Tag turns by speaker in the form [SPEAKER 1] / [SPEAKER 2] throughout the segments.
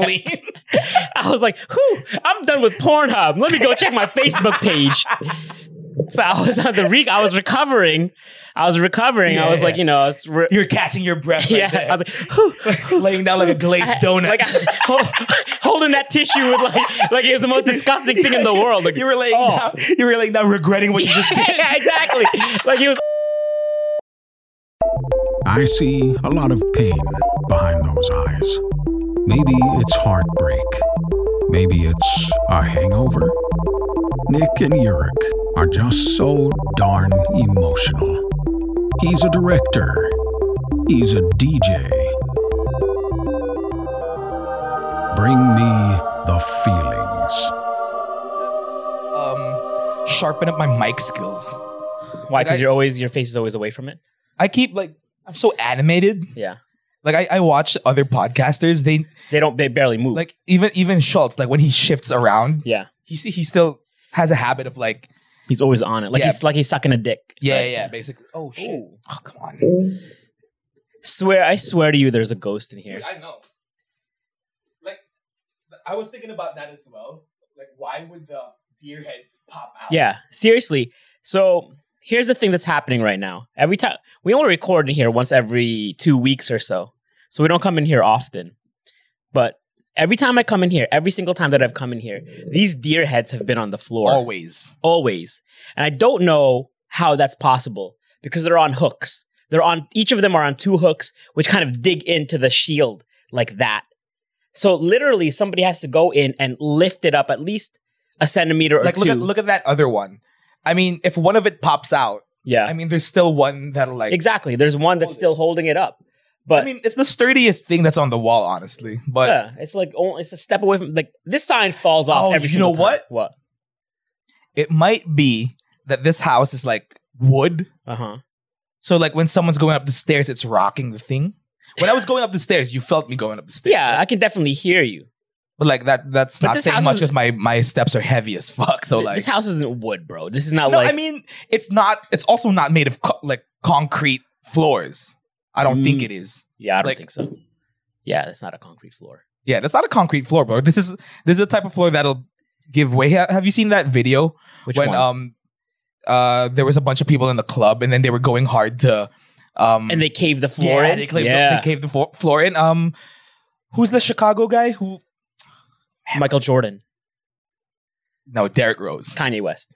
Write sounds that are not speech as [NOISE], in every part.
[SPEAKER 1] clean. I was like, whew, I'm done with Pornhub. Let me go check my Facebook page. So I was on the re- I was recovering. I was recovering. I was
[SPEAKER 2] Yeah.
[SPEAKER 1] like, you know, I was re-
[SPEAKER 2] [LAUGHS] You're catching your breath. Right
[SPEAKER 1] yeah.
[SPEAKER 2] there.
[SPEAKER 1] I was like, [LAUGHS] whew, whew.
[SPEAKER 2] laying down like a glazed donut.
[SPEAKER 1] like [LAUGHS] I, holding that tissue with like like it was the most disgusting
[SPEAKER 2] [LAUGHS]
[SPEAKER 1] thing in the world. Like
[SPEAKER 2] you were laying
[SPEAKER 1] oh.
[SPEAKER 2] down. You were laying down, regretting what you just did.
[SPEAKER 1] [LAUGHS] yeah, exactly. Like it was
[SPEAKER 3] I see a lot of pain behind those eyes. Maybe it's heartbreak. Maybe it's a hangover. Nick and Yurik are just so darn emotional. He's a director. He's a DJ. Bring me the feelings.
[SPEAKER 2] Um, sharpen up my mic skills.
[SPEAKER 1] why?
[SPEAKER 2] Like I-
[SPEAKER 1] Because you're always your face is always away from it.
[SPEAKER 2] I keep like I'm so animated.
[SPEAKER 1] Yeah,
[SPEAKER 2] Like I, I watch other podcasters. They
[SPEAKER 1] they don't. They barely move.
[SPEAKER 2] like even even Schultz. Like when he shifts around,
[SPEAKER 1] yeah,
[SPEAKER 2] he see he still has a habit of like
[SPEAKER 1] he's always on it. Like
[SPEAKER 2] Yeah.
[SPEAKER 1] he's like he's sucking a dick.
[SPEAKER 2] yeah
[SPEAKER 1] Like,
[SPEAKER 2] yeah, basically. Oh shit!
[SPEAKER 1] Ooh.
[SPEAKER 2] Oh, come on.
[SPEAKER 1] Swear, I swear to you, there's a ghost in here.
[SPEAKER 2] Dude, I know. Like I was thinking about that as well. Like why would the deer heads pop out?
[SPEAKER 1] Yeah, seriously. So here's the thing that's happening right now. Every time we only record in here once every two weeks or so, so we don't come in here often. But every time I come in here, every single time that I've come in here, these deer heads have been on the floor
[SPEAKER 2] Always.
[SPEAKER 1] always, and I don't know how that's possible because they're on hooks. They're on each of them are on two hooks, which kind of dig into the shield like that. So literally, somebody has to go in and lift it up at least a centimeter or
[SPEAKER 2] Like
[SPEAKER 1] two.
[SPEAKER 2] look at look at that other one. I mean, if one of it pops out,
[SPEAKER 1] yeah,
[SPEAKER 2] I mean, there's still one that'll like.
[SPEAKER 1] Exactly. There's one that's
[SPEAKER 2] Hold it.
[SPEAKER 1] still holding it up, but
[SPEAKER 2] I mean, it's the sturdiest thing that's on the wall, honestly. But
[SPEAKER 1] yeah, it's like only it's a step away from like this sign falls off
[SPEAKER 2] Oh,
[SPEAKER 1] every.
[SPEAKER 2] you
[SPEAKER 1] single
[SPEAKER 2] know
[SPEAKER 1] time.
[SPEAKER 2] what?
[SPEAKER 1] What?
[SPEAKER 2] it might be that this house is like wood.
[SPEAKER 1] Uh huh.
[SPEAKER 2] So like when someone's going up the stairs, it's rocking the thing. When I was going up the stairs, you felt me going up the stairs.
[SPEAKER 1] Yeah,
[SPEAKER 2] right?
[SPEAKER 1] I can definitely hear you.
[SPEAKER 2] but like that that's
[SPEAKER 1] But
[SPEAKER 2] not
[SPEAKER 1] this
[SPEAKER 2] saying
[SPEAKER 1] house
[SPEAKER 2] much
[SPEAKER 1] is-
[SPEAKER 2] because my my steps are heavy as fuck. So
[SPEAKER 1] Th-
[SPEAKER 2] like
[SPEAKER 1] this house isn't wood, bro. This is not
[SPEAKER 2] no,
[SPEAKER 1] like
[SPEAKER 2] I mean it's not. It's also not made of co- like concrete floors. I don't think
[SPEAKER 1] Mm.
[SPEAKER 2] it is.
[SPEAKER 1] yeah, I don't
[SPEAKER 2] like-
[SPEAKER 1] think so. Yeah, that's not a concrete floor.
[SPEAKER 2] Yeah, that's not a concrete floor, bro. This is this is the type of floor that'll give way. Ha- Have you seen that video
[SPEAKER 1] Which
[SPEAKER 2] when
[SPEAKER 1] one?
[SPEAKER 2] um uh there was a bunch of people in the club and then they were going hard to um
[SPEAKER 1] and they caved the floor
[SPEAKER 2] yeah,
[SPEAKER 1] in.
[SPEAKER 2] they, caved
[SPEAKER 1] yeah,
[SPEAKER 2] The, they caved the fo- floor in. Um, who's the Chicago guy who?
[SPEAKER 1] Michael Jordan,
[SPEAKER 2] No, Derek Rose,
[SPEAKER 1] Kanye West.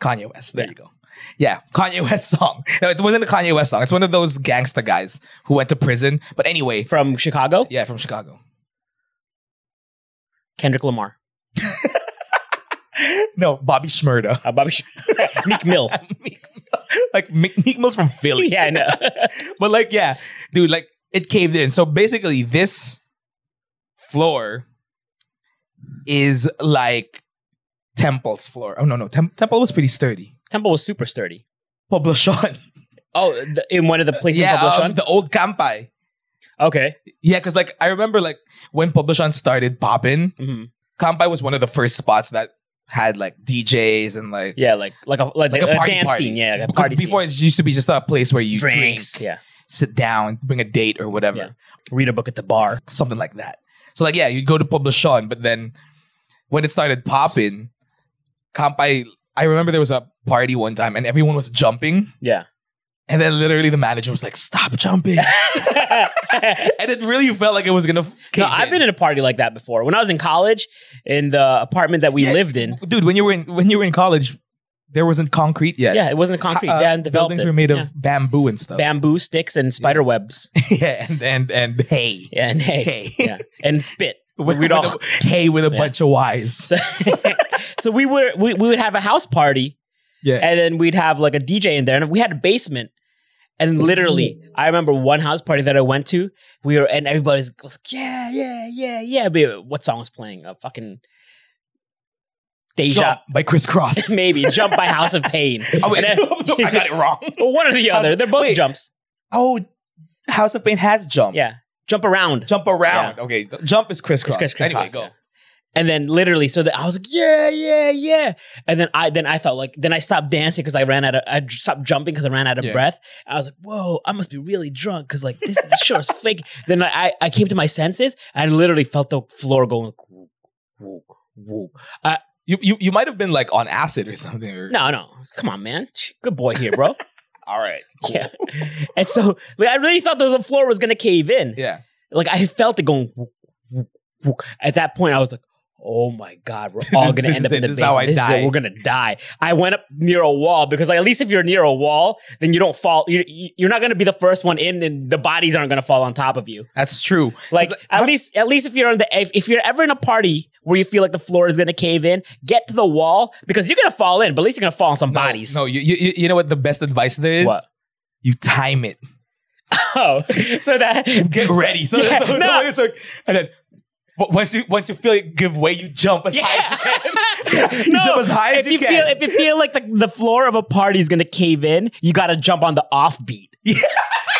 [SPEAKER 2] Kanye West. There
[SPEAKER 1] Yeah.
[SPEAKER 2] you go. Yeah, Kanye West [LAUGHS] song. No, it wasn't a Kanye West song. It's one of those gangsta guys who went to prison. But anyway,
[SPEAKER 1] From Chicago,
[SPEAKER 2] yeah, from Chicago.
[SPEAKER 1] Kendrick Lamar,
[SPEAKER 2] [LAUGHS] No, Bobby Shmurda.
[SPEAKER 1] uh, Bobby, Sh- [LAUGHS] Meek Mill.
[SPEAKER 2] [LAUGHS] like Meek Meek Mill's from Philly.
[SPEAKER 1] [LAUGHS] Yeah, I know.
[SPEAKER 2] but like, yeah, dude, like it caved in. So basically, this floor is like Temple's floor. Oh no, no, Tem- Temple was pretty sturdy.
[SPEAKER 1] Temple was super sturdy.
[SPEAKER 2] [LAUGHS] Poblacion.
[SPEAKER 1] Oh, the, in one of the places in
[SPEAKER 2] yeah,
[SPEAKER 1] Poblacion?
[SPEAKER 2] um, the old Campai.
[SPEAKER 1] okay.
[SPEAKER 2] Yeah, because like I remember like when Poblacion started popping,
[SPEAKER 1] hmm
[SPEAKER 2] Campai was one of the first spots that had like DJs and like
[SPEAKER 1] Yeah, like like a like,
[SPEAKER 2] like
[SPEAKER 1] a,
[SPEAKER 2] a party
[SPEAKER 1] dance
[SPEAKER 2] party.
[SPEAKER 1] scene. Yeah, like a
[SPEAKER 2] because
[SPEAKER 1] party
[SPEAKER 2] before
[SPEAKER 1] scene.
[SPEAKER 2] it used to be just a place where you
[SPEAKER 1] drinks.
[SPEAKER 2] drink,
[SPEAKER 1] Yeah,
[SPEAKER 2] sit down, bring a date or whatever.
[SPEAKER 1] Yeah. read a book at the bar.
[SPEAKER 2] something like that. So like yeah, you'd go to Publishon, but then when it started popping, Kampai I remember there was a party one time and everyone was jumping.
[SPEAKER 1] Yeah, [LAUGHS]
[SPEAKER 2] And then literally the manager was like, Stop jumping. and it really felt like it was gonna f-
[SPEAKER 1] no,
[SPEAKER 2] cave
[SPEAKER 1] I've
[SPEAKER 2] in.
[SPEAKER 1] been in a party like that before. When I was in college, in the apartment that we
[SPEAKER 2] Yeah.
[SPEAKER 1] lived in,
[SPEAKER 2] Dude, when you were in when you were in college, there wasn't concrete yet.
[SPEAKER 1] yeah, it wasn't concrete.
[SPEAKER 2] Uh,
[SPEAKER 1] They hadn't
[SPEAKER 2] the
[SPEAKER 1] developed
[SPEAKER 2] buildings
[SPEAKER 1] it.
[SPEAKER 2] were made of
[SPEAKER 1] Yeah.
[SPEAKER 2] bamboo and stuff.
[SPEAKER 1] bamboo sticks and spider webs.
[SPEAKER 2] [LAUGHS] yeah, and and and hay.
[SPEAKER 1] Yeah, and
[SPEAKER 2] [LAUGHS]
[SPEAKER 1] hay.
[SPEAKER 2] Hay.
[SPEAKER 1] yeah, and spit.
[SPEAKER 2] With,
[SPEAKER 1] We'd
[SPEAKER 2] with
[SPEAKER 1] all-
[SPEAKER 2] a, hay with a
[SPEAKER 1] Yeah.
[SPEAKER 2] bunch of Y's.
[SPEAKER 1] so, [LAUGHS] so we were we, we would have a house party,
[SPEAKER 2] Yeah.
[SPEAKER 1] and then we'd have like a DJ in there, and we had a basement. And literally, I remember one house party that I went to. We were and everybody's was like, yeah, yeah, yeah, yeah. But what song was playing? A fucking Deja,
[SPEAKER 2] Jump by Chris Cross.
[SPEAKER 1] [LAUGHS] maybe Jump by House of Pain.
[SPEAKER 2] [LAUGHS] oh, wait,
[SPEAKER 1] And
[SPEAKER 2] [LAUGHS]
[SPEAKER 1] then-
[SPEAKER 2] I
[SPEAKER 1] [LAUGHS]
[SPEAKER 2] got it wrong.
[SPEAKER 1] Well, one or the
[SPEAKER 2] House-
[SPEAKER 1] other. They're both
[SPEAKER 2] wait. Um,
[SPEAKER 1] jumps.
[SPEAKER 2] Oh, House of Pain has jump.
[SPEAKER 1] Yeah, jump around.
[SPEAKER 2] Jump around. Okay. Jump is crisscross.
[SPEAKER 1] It's Chris- Chris
[SPEAKER 2] anyway,
[SPEAKER 1] Cross,
[SPEAKER 2] go.
[SPEAKER 1] yeah. And then literally, so that I was like, yeah, yeah, yeah. And then I then I felt like then I stopped dancing because I ran out of I j- stopped jumping because I ran out of
[SPEAKER 2] Yeah.
[SPEAKER 1] breath. I was like, whoa, I must be really drunk because like this, this sure is fake. Then I, I I came to my senses and I literally felt the floor going like, whoop, whoop, whoop.
[SPEAKER 2] You you you might have been like on acid or something. Or,
[SPEAKER 1] No, no, come on, man, good boy here, bro.
[SPEAKER 2] All right. Cool.
[SPEAKER 1] [LAUGHS] yeah. And so like I really thought that the floor was gonna cave in.
[SPEAKER 2] Yeah.
[SPEAKER 1] like I felt it going. whoop, whoop, whoop. At that point, I was like, "Oh my god, we're all
[SPEAKER 2] [LAUGHS]
[SPEAKER 1] gonna
[SPEAKER 2] This
[SPEAKER 1] end
[SPEAKER 2] is
[SPEAKER 1] up in
[SPEAKER 2] it.
[SPEAKER 1] the
[SPEAKER 2] This is
[SPEAKER 1] basement.
[SPEAKER 2] how I
[SPEAKER 1] this is
[SPEAKER 2] die."
[SPEAKER 1] it. We're gonna die." I went up near a wall because, like, at least if you're near a wall, then you don't fall. You're, you're not gonna be the first one in, and the bodies aren't gonna fall on top of you.
[SPEAKER 2] That's true. It's
[SPEAKER 1] Like,
[SPEAKER 2] like-
[SPEAKER 1] at least, at least if you're in the, if, if you're ever in a party where you feel like the floor is gonna cave in, get to the wall because you're gonna fall in, but at least you're gonna fall on some
[SPEAKER 2] No,
[SPEAKER 1] bodies.
[SPEAKER 2] No, you, you you know what the best advice there is?
[SPEAKER 1] What?
[SPEAKER 2] You time it.
[SPEAKER 1] [LAUGHS] Oh, so that
[SPEAKER 2] Get ready. So,
[SPEAKER 1] [LAUGHS] Yeah,
[SPEAKER 2] so, so
[SPEAKER 1] no.
[SPEAKER 2] it's like, and then but once you once you feel it give way, you jump as high as you can.
[SPEAKER 1] [LAUGHS]
[SPEAKER 2] you
[SPEAKER 1] No,
[SPEAKER 2] jump as high as
[SPEAKER 1] if you,
[SPEAKER 2] you, can.
[SPEAKER 1] feel if you feel like the, the floor of a party is gonna cave in, you gotta jump on the offbeat.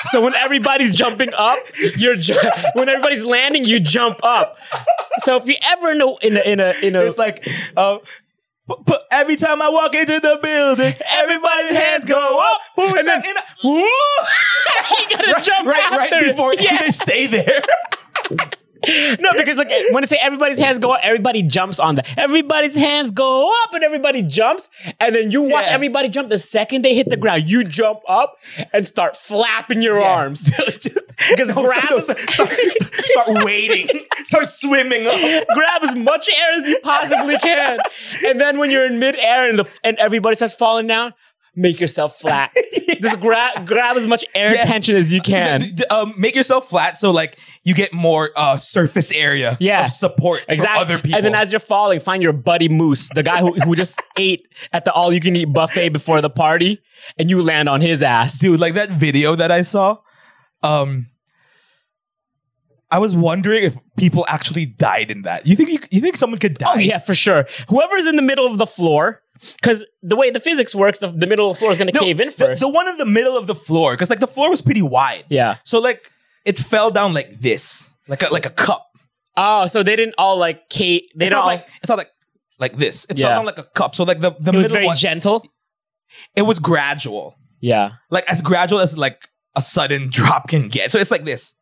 [SPEAKER 1] so when everybody's jumping up, you're ju- when everybody's landing, you jump up. So if you ever in a in a in a, in a [LAUGHS]
[SPEAKER 2] it's like, uh, p- p- every time I walk into the building, everybody's hands go up, boom, and then in a, woo,
[SPEAKER 1] you gotta jump
[SPEAKER 2] right, right [LAUGHS]
[SPEAKER 1] after.
[SPEAKER 2] before
[SPEAKER 1] yeah.
[SPEAKER 2] they stay [LAUGHS] there.
[SPEAKER 1] No, because like when I say everybody's hands go up, everybody jumps on that. Everybody's hands go up and everybody jumps. And then you watch
[SPEAKER 2] Yeah.
[SPEAKER 1] everybody jump. The second they hit the ground, you jump up and start flapping your arms.
[SPEAKER 2] [LAUGHS] Just- [LAUGHS]
[SPEAKER 1] Because grab,
[SPEAKER 2] start, start, start waiting, [LAUGHS] start swimming up.
[SPEAKER 1] [LAUGHS] grab as much air as you possibly can. And then when you're in midair and the and everybody starts falling down, make yourself
[SPEAKER 2] [LAUGHS]
[SPEAKER 1] flat. Just grab grab as much air
[SPEAKER 2] Yeah.
[SPEAKER 1] tension as you can.
[SPEAKER 2] D- d- um, make yourself flat so like you get more uh, surface area
[SPEAKER 1] Yeah.
[SPEAKER 2] of support
[SPEAKER 1] Exactly.
[SPEAKER 2] from other people.
[SPEAKER 1] And then as you're falling, find your buddy Moose, the guy who, who just [LAUGHS] ate at the all you can eat buffet before the party, and you land on his ass.
[SPEAKER 2] dude, like that video that I saw, um, I was wondering if people actually died in that. You think you, you think someone could die?
[SPEAKER 1] Oh, yeah, for sure. Whoever's in the middle of the floor, because the way the physics works, the, the middle of the floor is going to
[SPEAKER 2] No,
[SPEAKER 1] cave in
[SPEAKER 2] the-
[SPEAKER 1] first.
[SPEAKER 2] The, one in the middle of the floor, because like the floor was pretty wide.
[SPEAKER 1] yeah.
[SPEAKER 2] So like it fell down like this, like a, like a cup.
[SPEAKER 1] Oh, so they didn't all like Kate. They
[SPEAKER 2] It's
[SPEAKER 1] don't.
[SPEAKER 2] not
[SPEAKER 1] all-
[SPEAKER 2] like it's not like like this. It
[SPEAKER 1] Yeah.
[SPEAKER 2] fell down like a cup. So like the the
[SPEAKER 1] it
[SPEAKER 2] middle
[SPEAKER 1] was very
[SPEAKER 2] one,
[SPEAKER 1] gentle.
[SPEAKER 2] it was gradual,
[SPEAKER 1] Yeah.
[SPEAKER 2] like as gradual as like a sudden [LAUGHS] drop can get. So it's like this.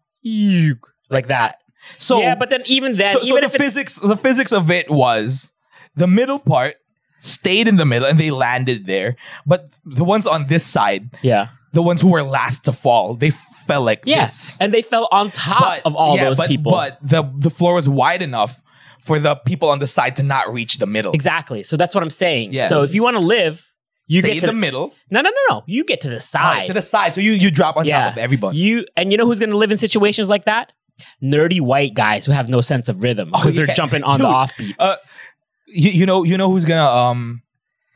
[SPEAKER 1] Like that.
[SPEAKER 2] So
[SPEAKER 1] yeah, but then even then,
[SPEAKER 2] so, so
[SPEAKER 1] even
[SPEAKER 2] the
[SPEAKER 1] if it's
[SPEAKER 2] physics the physics of it was the middle part stayed in the middle and they landed there but the ones on this side
[SPEAKER 1] yeah,
[SPEAKER 2] the ones who were last to fall they fell like
[SPEAKER 1] yes,
[SPEAKER 2] this
[SPEAKER 1] and they fell on top
[SPEAKER 2] but
[SPEAKER 1] of all
[SPEAKER 2] yeah,
[SPEAKER 1] those
[SPEAKER 2] but,
[SPEAKER 1] people.
[SPEAKER 2] but the the floor was wide enough for the people on the side to not reach the middle
[SPEAKER 1] exactly. So that's what I'm saying.
[SPEAKER 2] Yeah.
[SPEAKER 1] So if you want to live, you
[SPEAKER 2] Stay
[SPEAKER 1] get
[SPEAKER 2] in
[SPEAKER 1] to
[SPEAKER 2] the middle
[SPEAKER 1] No, no, no, no. You get to the
[SPEAKER 2] all right,
[SPEAKER 1] side.
[SPEAKER 2] to the side so you you drop on
[SPEAKER 1] yeah.
[SPEAKER 2] top of everybody
[SPEAKER 1] You and you know who's going to live in situations like that? Nerdy white guys who have no sense of rhythm
[SPEAKER 2] Oh,
[SPEAKER 1] because
[SPEAKER 2] yeah.
[SPEAKER 1] they're jumping on
[SPEAKER 2] Dude.
[SPEAKER 1] the offbeat.
[SPEAKER 2] you, you know you know who's gonna um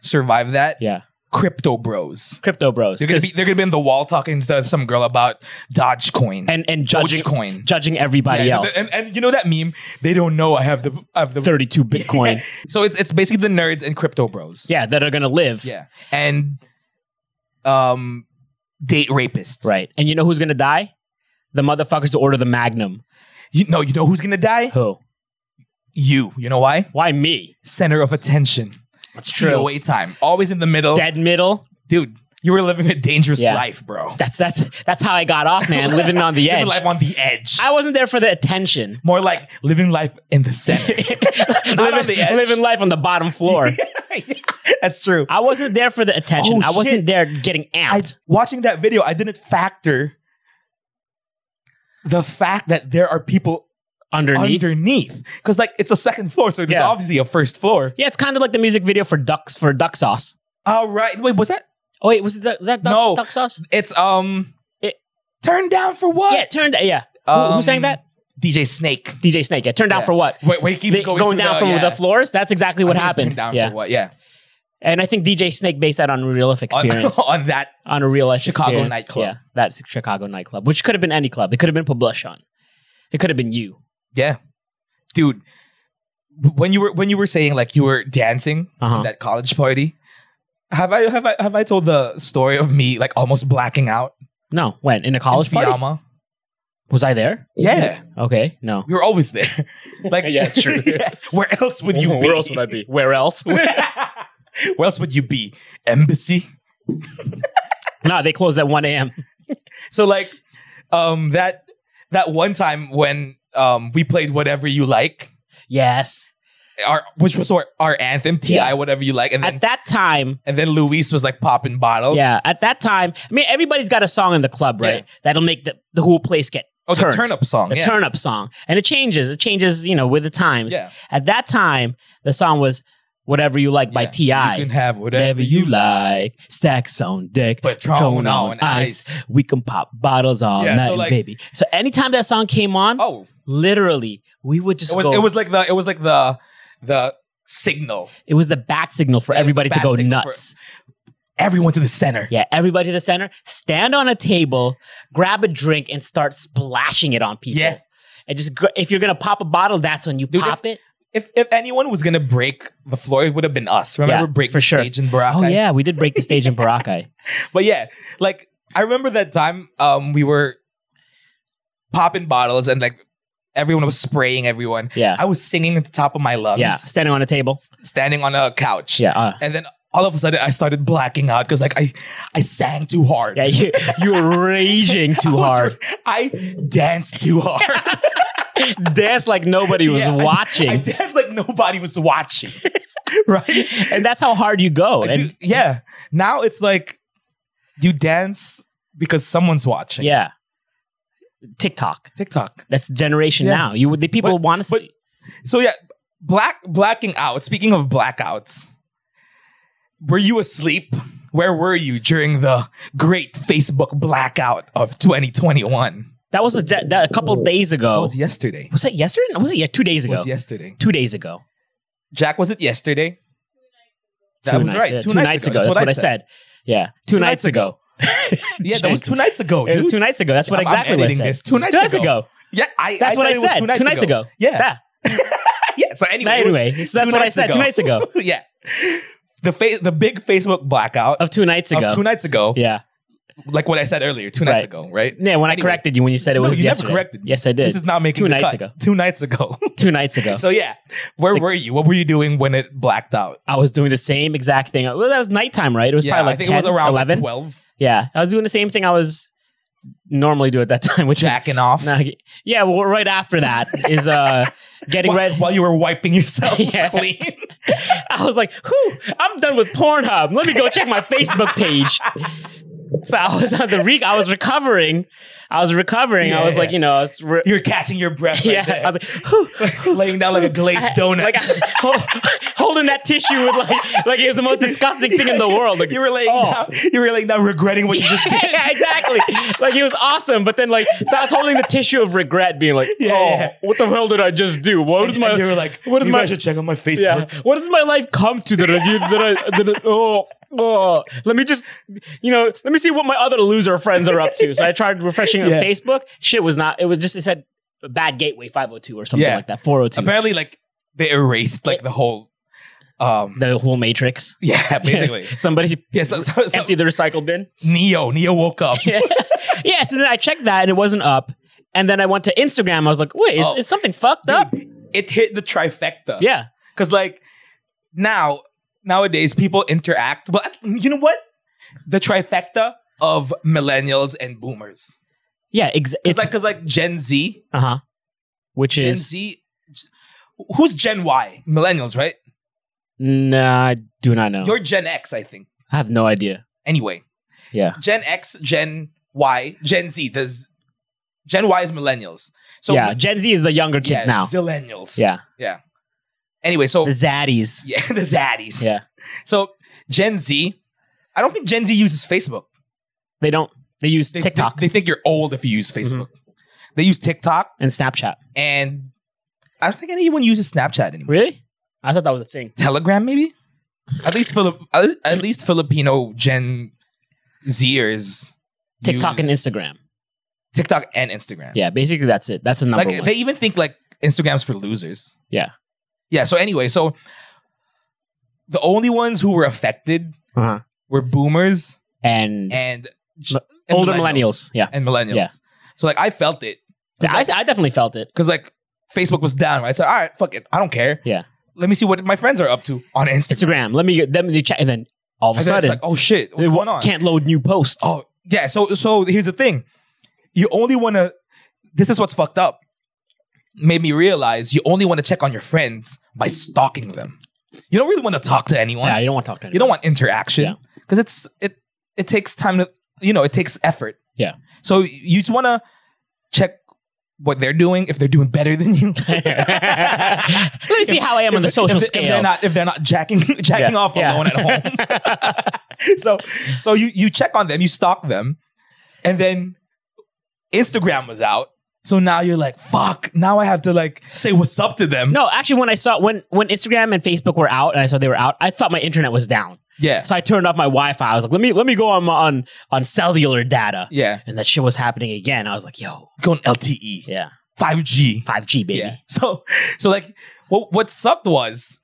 [SPEAKER 2] survive that
[SPEAKER 1] Yeah.
[SPEAKER 2] crypto bros
[SPEAKER 1] Crypto bros.
[SPEAKER 2] they're gonna be
[SPEAKER 1] 'Cause-
[SPEAKER 2] they're gonna be in the wall talking to some girl about Dogecoin
[SPEAKER 1] and and judging
[SPEAKER 2] Dogecoin.
[SPEAKER 1] judging everybody
[SPEAKER 2] Yeah,
[SPEAKER 1] else.
[SPEAKER 2] And, and you know that meme? They don't know I have the I have the [LAUGHS]
[SPEAKER 1] 32 Bitcoin.
[SPEAKER 2] So it's it's basically the nerds and crypto bros.
[SPEAKER 1] yeah, that are going to live.
[SPEAKER 2] Yeah. And um date rapists.
[SPEAKER 1] Right. And you know who's going to die? The motherfuckers who order the Magnum.
[SPEAKER 2] You know, you know who's gonna die?
[SPEAKER 1] Who?
[SPEAKER 2] You. You know why?
[SPEAKER 1] Why me?
[SPEAKER 2] Center of attention. That's
[SPEAKER 1] true.
[SPEAKER 2] COA time. Always in the middle.
[SPEAKER 1] Dead middle.
[SPEAKER 2] Dude, you were living a dangerous
[SPEAKER 1] Yeah.
[SPEAKER 2] life, bro.
[SPEAKER 1] That's that's that's how I got off, man. living on the
[SPEAKER 2] [LAUGHS]
[SPEAKER 1] edge.
[SPEAKER 2] Living life on the edge.
[SPEAKER 1] I wasn't there for the attention.
[SPEAKER 2] More like living life in the center. [LAUGHS]
[SPEAKER 1] [LAUGHS]
[SPEAKER 2] Not on
[SPEAKER 1] living,
[SPEAKER 2] the edge.
[SPEAKER 1] living life on the bottom floor.
[SPEAKER 2] That's true.
[SPEAKER 1] I wasn't there for the attention.
[SPEAKER 2] Oh,
[SPEAKER 1] I
[SPEAKER 2] shit.
[SPEAKER 1] wasn't there getting
[SPEAKER 2] I,
[SPEAKER 1] amped.
[SPEAKER 2] watching that video, I didn't factor the fact that there are people
[SPEAKER 1] underneath.
[SPEAKER 2] underneath because, like, it's a second floor, so there's
[SPEAKER 1] Yeah.
[SPEAKER 2] obviously a first floor.
[SPEAKER 1] yeah, it's kind of like the music video for ducks for duck sauce.
[SPEAKER 2] All right, wait, was that?
[SPEAKER 1] Oh wait, was it that, that duck,
[SPEAKER 2] No.
[SPEAKER 1] duck sauce?
[SPEAKER 2] It's um,
[SPEAKER 1] It-
[SPEAKER 2] turn down for what?
[SPEAKER 1] Yeah, it turned. Yeah, who, who
[SPEAKER 2] Um,
[SPEAKER 1] sang that?
[SPEAKER 2] DJ Snake.
[SPEAKER 1] DJ Snake. Yeah, turned down
[SPEAKER 2] Yeah.
[SPEAKER 1] for what?
[SPEAKER 2] Wait, wait, keep
[SPEAKER 1] They-
[SPEAKER 2] going,
[SPEAKER 1] going, down
[SPEAKER 2] through
[SPEAKER 1] from
[SPEAKER 2] yeah.
[SPEAKER 1] the floors. That's exactly
[SPEAKER 2] I
[SPEAKER 1] what
[SPEAKER 2] think it's
[SPEAKER 1] happened.
[SPEAKER 2] Turn down
[SPEAKER 1] yeah,
[SPEAKER 2] for what? Yeah,
[SPEAKER 1] and I think DJ Snake based that on a real
[SPEAKER 2] [LAUGHS]
[SPEAKER 1] life
[SPEAKER 2] on,
[SPEAKER 1] experience on,
[SPEAKER 2] on that.
[SPEAKER 1] a real life
[SPEAKER 2] Chicago
[SPEAKER 1] experience.
[SPEAKER 2] nightclub.
[SPEAKER 1] Yeah, that's Chicago nightclub, which could have been any club. It could have been Publishon. It could have been you.
[SPEAKER 2] Yeah, dude. When you were when you were saying like you were dancing
[SPEAKER 1] Uh-huh.
[SPEAKER 2] in that college party, have I have I have I told the story of me like almost blacking out
[SPEAKER 1] No, when in a
[SPEAKER 2] in
[SPEAKER 1] college party?
[SPEAKER 2] Fiamma?
[SPEAKER 1] Was I there?
[SPEAKER 2] Yeah,
[SPEAKER 1] Okay, no.
[SPEAKER 2] we were always
[SPEAKER 1] [LAUGHS]
[SPEAKER 2] there. Like,
[SPEAKER 1] Yeah, sure.
[SPEAKER 2] [LAUGHS] Where else would you be?
[SPEAKER 1] [LAUGHS] Where else would I be? Where
[SPEAKER 2] [LAUGHS]
[SPEAKER 1] else?
[SPEAKER 2] Where else would you be? Embassy.
[SPEAKER 1] no, they closed at 1 a.m.
[SPEAKER 2] So like, um, that that one time when um we played whatever you like,
[SPEAKER 1] Yes.
[SPEAKER 2] our which was our, our anthem, Ti,
[SPEAKER 1] Yeah.
[SPEAKER 2] whatever you like, and then
[SPEAKER 1] At that time,
[SPEAKER 2] and then Luis was like popping bottles.
[SPEAKER 1] yeah, at that time, I mean, everybody's got a song in the club, right? That'll make the, the whole place get
[SPEAKER 2] Oh,
[SPEAKER 1] turned.
[SPEAKER 2] the turn up song.
[SPEAKER 1] the
[SPEAKER 2] yeah.
[SPEAKER 1] turn up song. And it changes. It changes, you know, with the times.
[SPEAKER 2] Yeah.
[SPEAKER 1] At that time, the song was Whatever You Like by
[SPEAKER 2] Yeah.
[SPEAKER 1] T.I.
[SPEAKER 2] You can have
[SPEAKER 1] Whatever
[SPEAKER 2] whatever
[SPEAKER 1] you like, stacks on deck,
[SPEAKER 2] Patron
[SPEAKER 1] Patron
[SPEAKER 2] on ice.
[SPEAKER 1] We can pop bottles all
[SPEAKER 2] Yeah, so
[SPEAKER 1] night,
[SPEAKER 2] like-
[SPEAKER 1] baby. So anytime that song came on,
[SPEAKER 2] Oh,
[SPEAKER 1] literally, we would just
[SPEAKER 2] it was
[SPEAKER 1] go.
[SPEAKER 2] it was like the it was like the the signal.
[SPEAKER 1] it was the bat signal for
[SPEAKER 2] Yeah, it was the
[SPEAKER 1] everybody to
[SPEAKER 2] bat
[SPEAKER 1] go
[SPEAKER 2] signal for-
[SPEAKER 1] nuts.
[SPEAKER 2] Everyone to the center.
[SPEAKER 1] yeah, everybody to the center, stand on a table, grab a drink, and start splashing it on people.
[SPEAKER 2] Yeah.
[SPEAKER 1] And just gr- if you're gonna pop a bottle, that's when you
[SPEAKER 2] Dude,
[SPEAKER 1] pop it.
[SPEAKER 2] If if anyone was gonna break the floor, it would have been us. Remember
[SPEAKER 1] Yeah,
[SPEAKER 2] break
[SPEAKER 1] for
[SPEAKER 2] the
[SPEAKER 1] sure.
[SPEAKER 2] stage in Boracay?
[SPEAKER 1] Oh yeah, we did break the [LAUGHS] stage in Boracay.
[SPEAKER 2] But yeah, like I remember that time um we were popping bottles and like everyone was spraying everyone.
[SPEAKER 1] Yeah,
[SPEAKER 2] I was singing at the top of my lungs,
[SPEAKER 1] yeah, standing on a table.
[SPEAKER 2] standing on a couch.
[SPEAKER 1] Yeah, uh,
[SPEAKER 2] And then all of a sudden I started blacking out because like I I sang too hard.
[SPEAKER 1] yeah, you, you were
[SPEAKER 2] [LAUGHS]
[SPEAKER 1] raging
[SPEAKER 2] I
[SPEAKER 1] too
[SPEAKER 2] was-
[SPEAKER 1] hard.
[SPEAKER 2] I danced too hard.
[SPEAKER 1] Dance like nobody was
[SPEAKER 2] Yeah, I- [LAUGHS]
[SPEAKER 1] watching,
[SPEAKER 2] I danced like nobody was
[SPEAKER 1] [LAUGHS]
[SPEAKER 2] watching. right?
[SPEAKER 1] and that's how hard you go. Oh, And
[SPEAKER 2] Dude, yeah. Now it's like you dance because someone's watching.
[SPEAKER 1] yeah, TikTok.
[SPEAKER 2] TikTok.
[SPEAKER 1] That's the generation
[SPEAKER 2] Yeah.
[SPEAKER 1] now. You would the people
[SPEAKER 2] But-
[SPEAKER 1] want to
[SPEAKER 2] but-
[SPEAKER 1] see.
[SPEAKER 2] So yeah, black blacking out. Speaking of blackouts, were you asleep? Where were you during the great Facebook blackout of 2021?
[SPEAKER 1] That was a, ge- that, a couple days
[SPEAKER 2] That
[SPEAKER 1] ago.
[SPEAKER 2] was yesterday.
[SPEAKER 1] was that yesterday? No, was it yeah? Two days
[SPEAKER 2] It
[SPEAKER 1] Oh. ago.
[SPEAKER 2] was yesterday.
[SPEAKER 1] two days ago.
[SPEAKER 2] Jack, was it yesterday? That
[SPEAKER 1] two
[SPEAKER 2] was
[SPEAKER 1] nights,
[SPEAKER 2] right.
[SPEAKER 1] yeah, Two, nights ago. That's, what, I, said. Yeah. Two,
[SPEAKER 2] nights
[SPEAKER 1] nights, ago.
[SPEAKER 2] Yeah, that was
[SPEAKER 1] Jack.
[SPEAKER 2] two nights ago.
[SPEAKER 1] It was
[SPEAKER 2] dude.
[SPEAKER 1] two nights ago. That's what
[SPEAKER 2] I'm- I'm
[SPEAKER 1] exactly what I
[SPEAKER 2] editing
[SPEAKER 1] said.
[SPEAKER 2] this. Two nights ago. Yeah, I,
[SPEAKER 1] That's what
[SPEAKER 2] thought
[SPEAKER 1] I
[SPEAKER 2] it was
[SPEAKER 1] said. Two nights, ago.
[SPEAKER 2] Yeah,
[SPEAKER 1] Yeah.
[SPEAKER 2] yeah. So anyway, it was
[SPEAKER 1] anyway, so that's
[SPEAKER 2] two
[SPEAKER 1] what I
[SPEAKER 2] nights
[SPEAKER 1] said two
[SPEAKER 2] ago.
[SPEAKER 1] nights ago.
[SPEAKER 2] yeah, the face, the big Facebook blackout
[SPEAKER 1] Of two nights ago.
[SPEAKER 2] of two nights ago.
[SPEAKER 1] yeah.
[SPEAKER 2] like what I said earlier, two nights
[SPEAKER 1] Right.
[SPEAKER 2] ago, right?
[SPEAKER 1] Yeah. When I
[SPEAKER 2] Anyway.
[SPEAKER 1] corrected you when you said it
[SPEAKER 2] No,
[SPEAKER 1] was
[SPEAKER 2] you never
[SPEAKER 1] yesterday.
[SPEAKER 2] corrected me.
[SPEAKER 1] Yes, I did.
[SPEAKER 2] This is not making
[SPEAKER 1] Two
[SPEAKER 2] the
[SPEAKER 1] nights
[SPEAKER 2] cut.
[SPEAKER 1] ago.
[SPEAKER 2] Two nights ago. [LAUGHS]
[SPEAKER 1] two nights ago.
[SPEAKER 2] so yeah, where were you? What were you doing when it blacked out?
[SPEAKER 1] I was doing the same exact thing. Well, that was nighttime, right? It was
[SPEAKER 2] Yeah,
[SPEAKER 1] probably like
[SPEAKER 2] I think
[SPEAKER 1] 10,
[SPEAKER 2] it was around like,
[SPEAKER 1] 11.
[SPEAKER 2] twelve,
[SPEAKER 1] yeah. I was doing the same thing I was normally do at that [LAUGHS] time, which is
[SPEAKER 2] jacking off
[SPEAKER 1] Nah, yeah, well, right after that is uh getting
[SPEAKER 2] while,
[SPEAKER 1] ready.
[SPEAKER 2] while you were wiping yourself
[SPEAKER 1] [LAUGHS] Yeah.
[SPEAKER 2] clean.
[SPEAKER 1] I was like, whew, I'm done with Pornhub. Let me go check my Facebook page. So I was on the re- I was recovering. I was recovering. I was like,
[SPEAKER 2] Yeah.
[SPEAKER 1] you know, I was re-
[SPEAKER 2] You're catching your breath. Right
[SPEAKER 1] yeah.
[SPEAKER 2] there.
[SPEAKER 1] I was like, [LAUGHS]
[SPEAKER 2] [LAUGHS]
[SPEAKER 1] whew,
[SPEAKER 2] laying down like a glazed donut.
[SPEAKER 1] like I, hold, holding that tissue with like like it was the most disgusting thing in the world.
[SPEAKER 2] [LAUGHS]
[SPEAKER 1] Like
[SPEAKER 2] you were laying
[SPEAKER 1] oh.
[SPEAKER 2] down. You were laying down, regretting what you just did.
[SPEAKER 1] [LAUGHS] yeah, exactly. Like it was awesome, but then like so I was holding the tissue of regret, being like,
[SPEAKER 2] Yeah,
[SPEAKER 1] "Oh,
[SPEAKER 2] yeah.
[SPEAKER 1] what the hell did I just do? What is
[SPEAKER 2] And
[SPEAKER 1] my
[SPEAKER 2] you were like,
[SPEAKER 1] what is
[SPEAKER 2] you
[SPEAKER 1] my-
[SPEAKER 2] guys should check out my Facebook.
[SPEAKER 1] yeah. What does my life come to that I did that I, that I oh, oh let me just you know let me see what my other loser friends are up to. So I tried refreshing on
[SPEAKER 2] Yeah.
[SPEAKER 1] Facebook. Shit was not. It was just it said bad gateway five hundred two or something
[SPEAKER 2] Yeah.
[SPEAKER 1] like that four hundred two.
[SPEAKER 2] Apparently, like they erased like the whole. Um.
[SPEAKER 1] The whole matrix. [LAUGHS]
[SPEAKER 2] yeah, [LAUGHS] basically.
[SPEAKER 1] Somebody
[SPEAKER 2] yeah. So, so, so
[SPEAKER 1] emptied the recycle bin. [LAUGHS]
[SPEAKER 2] Neo. Neo woke [LAUGHS] up.
[SPEAKER 1] Yeah. yeah. So then I checked that and it wasn't up. And then I went to Instagram. I was like, wait, is,
[SPEAKER 2] Oh.
[SPEAKER 1] is something fucked up?
[SPEAKER 2] Dude, it hit the trifecta.
[SPEAKER 1] Yeah.
[SPEAKER 2] Because like now nowadays people interact, but you know what? The trifecta of millennials and boomers.
[SPEAKER 1] Yeah. Ex-
[SPEAKER 2] It's
[SPEAKER 1] it's
[SPEAKER 2] like because like Gen Z,
[SPEAKER 1] uh huh. Which
[SPEAKER 2] Gen
[SPEAKER 1] is
[SPEAKER 2] Z. Who's Gen Y? Millennials, right?
[SPEAKER 1] nah, I do not know.
[SPEAKER 2] You're Gen X, I think.
[SPEAKER 1] I have no idea.
[SPEAKER 2] Anyway,
[SPEAKER 1] Yeah.
[SPEAKER 2] Gen X, Gen Y, Gen Z. Does Gen Y is millennials? So
[SPEAKER 1] yeah, Gen Z is the younger kids
[SPEAKER 2] yeah,
[SPEAKER 1] now.
[SPEAKER 2] Zillennials.
[SPEAKER 1] yeah,
[SPEAKER 2] Anyway, so
[SPEAKER 1] the zaddies.
[SPEAKER 2] [LAUGHS] yeah, the zaddies.
[SPEAKER 1] Yeah,
[SPEAKER 2] So Gen Z, I don't think Gen Z uses Facebook.
[SPEAKER 1] they don't. They use
[SPEAKER 2] They,
[SPEAKER 1] TikTok Mm-hmm.
[SPEAKER 2] They, they think you're old if you use Facebook. They use TikTok,
[SPEAKER 1] and Snapchat.
[SPEAKER 2] and I don't think anyone uses Snapchat anymore.
[SPEAKER 1] Really? I thought that was a thing.
[SPEAKER 2] Telegram, maybe. At least Philip, at at least Filipino Gen Zers
[SPEAKER 1] TikTok
[SPEAKER 2] use
[SPEAKER 1] and Instagram.
[SPEAKER 2] TikTok and Instagram.
[SPEAKER 1] Yeah, basically that's it. That's the number
[SPEAKER 2] like
[SPEAKER 1] one.
[SPEAKER 2] they even think like Instagram's for losers.
[SPEAKER 1] Yeah.
[SPEAKER 2] yeah. So anyway, so the only ones who were affected
[SPEAKER 1] Uh-huh.
[SPEAKER 2] were boomers
[SPEAKER 1] and
[SPEAKER 2] and,
[SPEAKER 1] Older millennials. Yeah.
[SPEAKER 2] and millennials.
[SPEAKER 1] Yeah.
[SPEAKER 2] So like I felt it 'Cause
[SPEAKER 1] I, I definitely felt it.
[SPEAKER 2] Because like Facebook was down, right? So all right, fuck it, I don't care.
[SPEAKER 1] Yeah.
[SPEAKER 2] Let me see what my friends are up to on Instagram.
[SPEAKER 1] Instagram. Let me get let me check, and then all of
[SPEAKER 2] And then
[SPEAKER 1] a
[SPEAKER 2] it's
[SPEAKER 1] sudden,
[SPEAKER 2] like, oh shit, what's
[SPEAKER 1] it
[SPEAKER 2] going on?
[SPEAKER 1] can't load new posts.
[SPEAKER 2] Oh yeah. So so here's the thing. You only want to. This is what's fucked up. Made me realize you only want to check on your friends by stalking them. You don't really want to talk to anyone.
[SPEAKER 1] yeah, you don't want to talk to anyone.
[SPEAKER 2] you don't want interaction
[SPEAKER 1] Yeah.
[SPEAKER 2] because it's it it takes time to you know it takes effort.
[SPEAKER 1] Yeah.
[SPEAKER 2] So you just want to check what they're doing if they're doing better than
[SPEAKER 1] [LAUGHS]
[SPEAKER 2] you.
[SPEAKER 1] Let me see how I am on the
[SPEAKER 2] If-
[SPEAKER 1] social
[SPEAKER 2] if, they- If
[SPEAKER 1] scale.
[SPEAKER 2] they're not if they're not jacking [LAUGHS] jacking
[SPEAKER 1] Yeah,
[SPEAKER 2] off
[SPEAKER 1] yeah.
[SPEAKER 2] alone at home. [LAUGHS]
[SPEAKER 1] [LAUGHS]
[SPEAKER 2] so so you you check on them, you stalk them, and then Instagram was out. So now you're like, fuck, now I have to like say what's up to them.
[SPEAKER 1] no, actually, when I saw when when Instagram and Facebook were out, and I saw they were out, I thought my internet was down,
[SPEAKER 2] Yeah.
[SPEAKER 1] so I turned off my Wi-Fi. I was like, let me let me go on my- on on cellular data,
[SPEAKER 2] Yeah.
[SPEAKER 1] and that shit was happening again. I was like, yo,
[SPEAKER 2] Go on LTE.
[SPEAKER 1] yeah,
[SPEAKER 2] 5G.
[SPEAKER 1] five G baby.
[SPEAKER 2] Yeah. [LAUGHS] So so like what what sucked was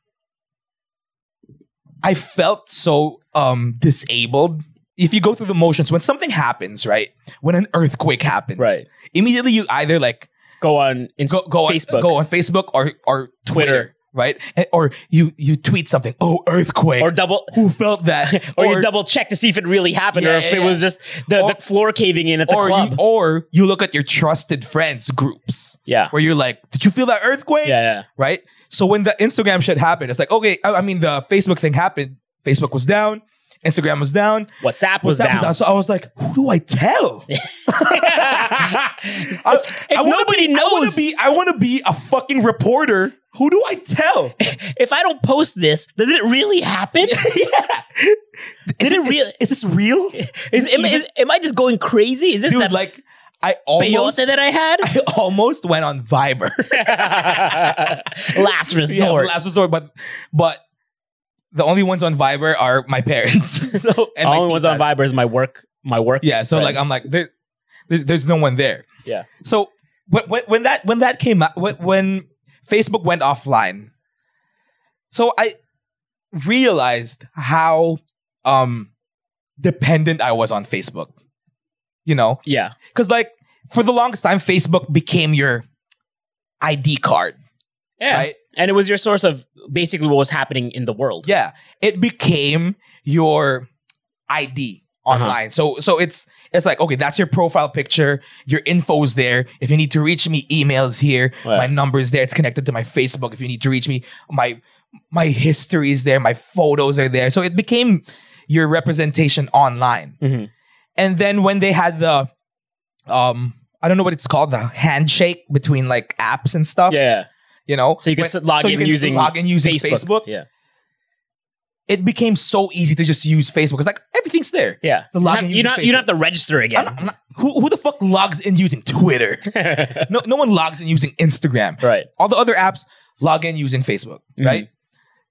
[SPEAKER 2] I felt so um disabled. If you go through the motions, when something happens, right? When an earthquake happens,
[SPEAKER 1] Right.
[SPEAKER 2] Immediately you either like
[SPEAKER 1] Go on Inst-
[SPEAKER 2] go go
[SPEAKER 1] Facebook.
[SPEAKER 2] on, go on Facebook or or Twitter,
[SPEAKER 1] Twitter.
[SPEAKER 2] right? And- or you you tweet something. Oh, earthquake!
[SPEAKER 1] or double
[SPEAKER 2] who felt that?
[SPEAKER 1] [LAUGHS] or, you double check to see if it really happened
[SPEAKER 2] Yeah,
[SPEAKER 1] or if
[SPEAKER 2] yeah,
[SPEAKER 1] it was just the,
[SPEAKER 2] Or-
[SPEAKER 1] the floor caving in at the
[SPEAKER 2] or
[SPEAKER 1] club.
[SPEAKER 2] you, or you look at your trusted friends groups
[SPEAKER 1] yeah.
[SPEAKER 2] where you're like, did you feel that earthquake?
[SPEAKER 1] Yeah, yeah.
[SPEAKER 2] right? So when the Instagram shit happened, it's like, okay, I, I mean, the Facebook thing happened. Facebook was down, Instagram was down,
[SPEAKER 1] WhatsApp was
[SPEAKER 2] WhatsApp
[SPEAKER 1] down.
[SPEAKER 2] So I was like, who do I
[SPEAKER 1] [LAUGHS]
[SPEAKER 2] tell?
[SPEAKER 1] if,
[SPEAKER 2] I,
[SPEAKER 1] if
[SPEAKER 2] I wanna
[SPEAKER 1] nobody
[SPEAKER 2] be- I wanna
[SPEAKER 1] knows-
[SPEAKER 2] be, I want to be a fucking reporter. Who do I
[SPEAKER 1] [LAUGHS]
[SPEAKER 2] tell?
[SPEAKER 1] I don't post this, does it
[SPEAKER 2] [LAUGHS]
[SPEAKER 1] really happen? Did it really?
[SPEAKER 2] Is this real?
[SPEAKER 1] Is, am, is- am I just going crazy? Is this
[SPEAKER 2] Dude,
[SPEAKER 1] that
[SPEAKER 2] like, I almost, [LAUGHS]
[SPEAKER 1] peyote that I had?
[SPEAKER 2] I almost went on Viber. [LAUGHS]
[SPEAKER 1] last
[SPEAKER 2] Yeah,
[SPEAKER 1] resort.
[SPEAKER 2] last resort, but, but the only ones on Viber are my parents. [LAUGHS] so and my
[SPEAKER 1] All ones on
[SPEAKER 2] titas.
[SPEAKER 1] Viber is my work. My work.
[SPEAKER 2] Yeah, so like
[SPEAKER 1] friends.
[SPEAKER 2] I'm like there, there's, there's no one there.
[SPEAKER 1] Yeah.
[SPEAKER 2] So when, when when that when that came out when, when Facebook went offline, so I realized how um dependent I was on Facebook. You know,
[SPEAKER 1] yeah,
[SPEAKER 2] because like for the longest time, Facebook became your ID card,
[SPEAKER 1] yeah.
[SPEAKER 2] right?
[SPEAKER 1] And it was your source of basically what was happening in the world.
[SPEAKER 2] Yeah, it became your ID
[SPEAKER 1] Uh-huh.
[SPEAKER 2] online. So so it's it's like okay, that's your profile picture. Your info's there. If you need to reach me, emails here.
[SPEAKER 1] Right.
[SPEAKER 2] My number's there. It's connected to my Facebook. If you need to reach me, my my history's there. My photos are there. So it became your representation online.
[SPEAKER 1] Mhm.
[SPEAKER 2] And then when they had the um. I don't know what it's called, the handshake between like apps and stuff.
[SPEAKER 1] yeah.
[SPEAKER 2] You know?
[SPEAKER 1] So you can
[SPEAKER 2] When-
[SPEAKER 1] s- log in using
[SPEAKER 2] log in using Facebook.
[SPEAKER 1] Yeah,
[SPEAKER 2] It became so easy to just use Facebook. It's like everything's there.
[SPEAKER 1] yeah.
[SPEAKER 2] So log in
[SPEAKER 1] you
[SPEAKER 2] using
[SPEAKER 1] don't, you don't
[SPEAKER 2] Facebook.
[SPEAKER 1] have to register
[SPEAKER 2] I'm
[SPEAKER 1] again.
[SPEAKER 2] not- I'm not- who, who the fuck logs in using Twitter? [LAUGHS] no, no one logs in using Instagram.
[SPEAKER 1] [LAUGHS] right.
[SPEAKER 2] All the other apps log in using Facebook,
[SPEAKER 1] Mhm.
[SPEAKER 2] right?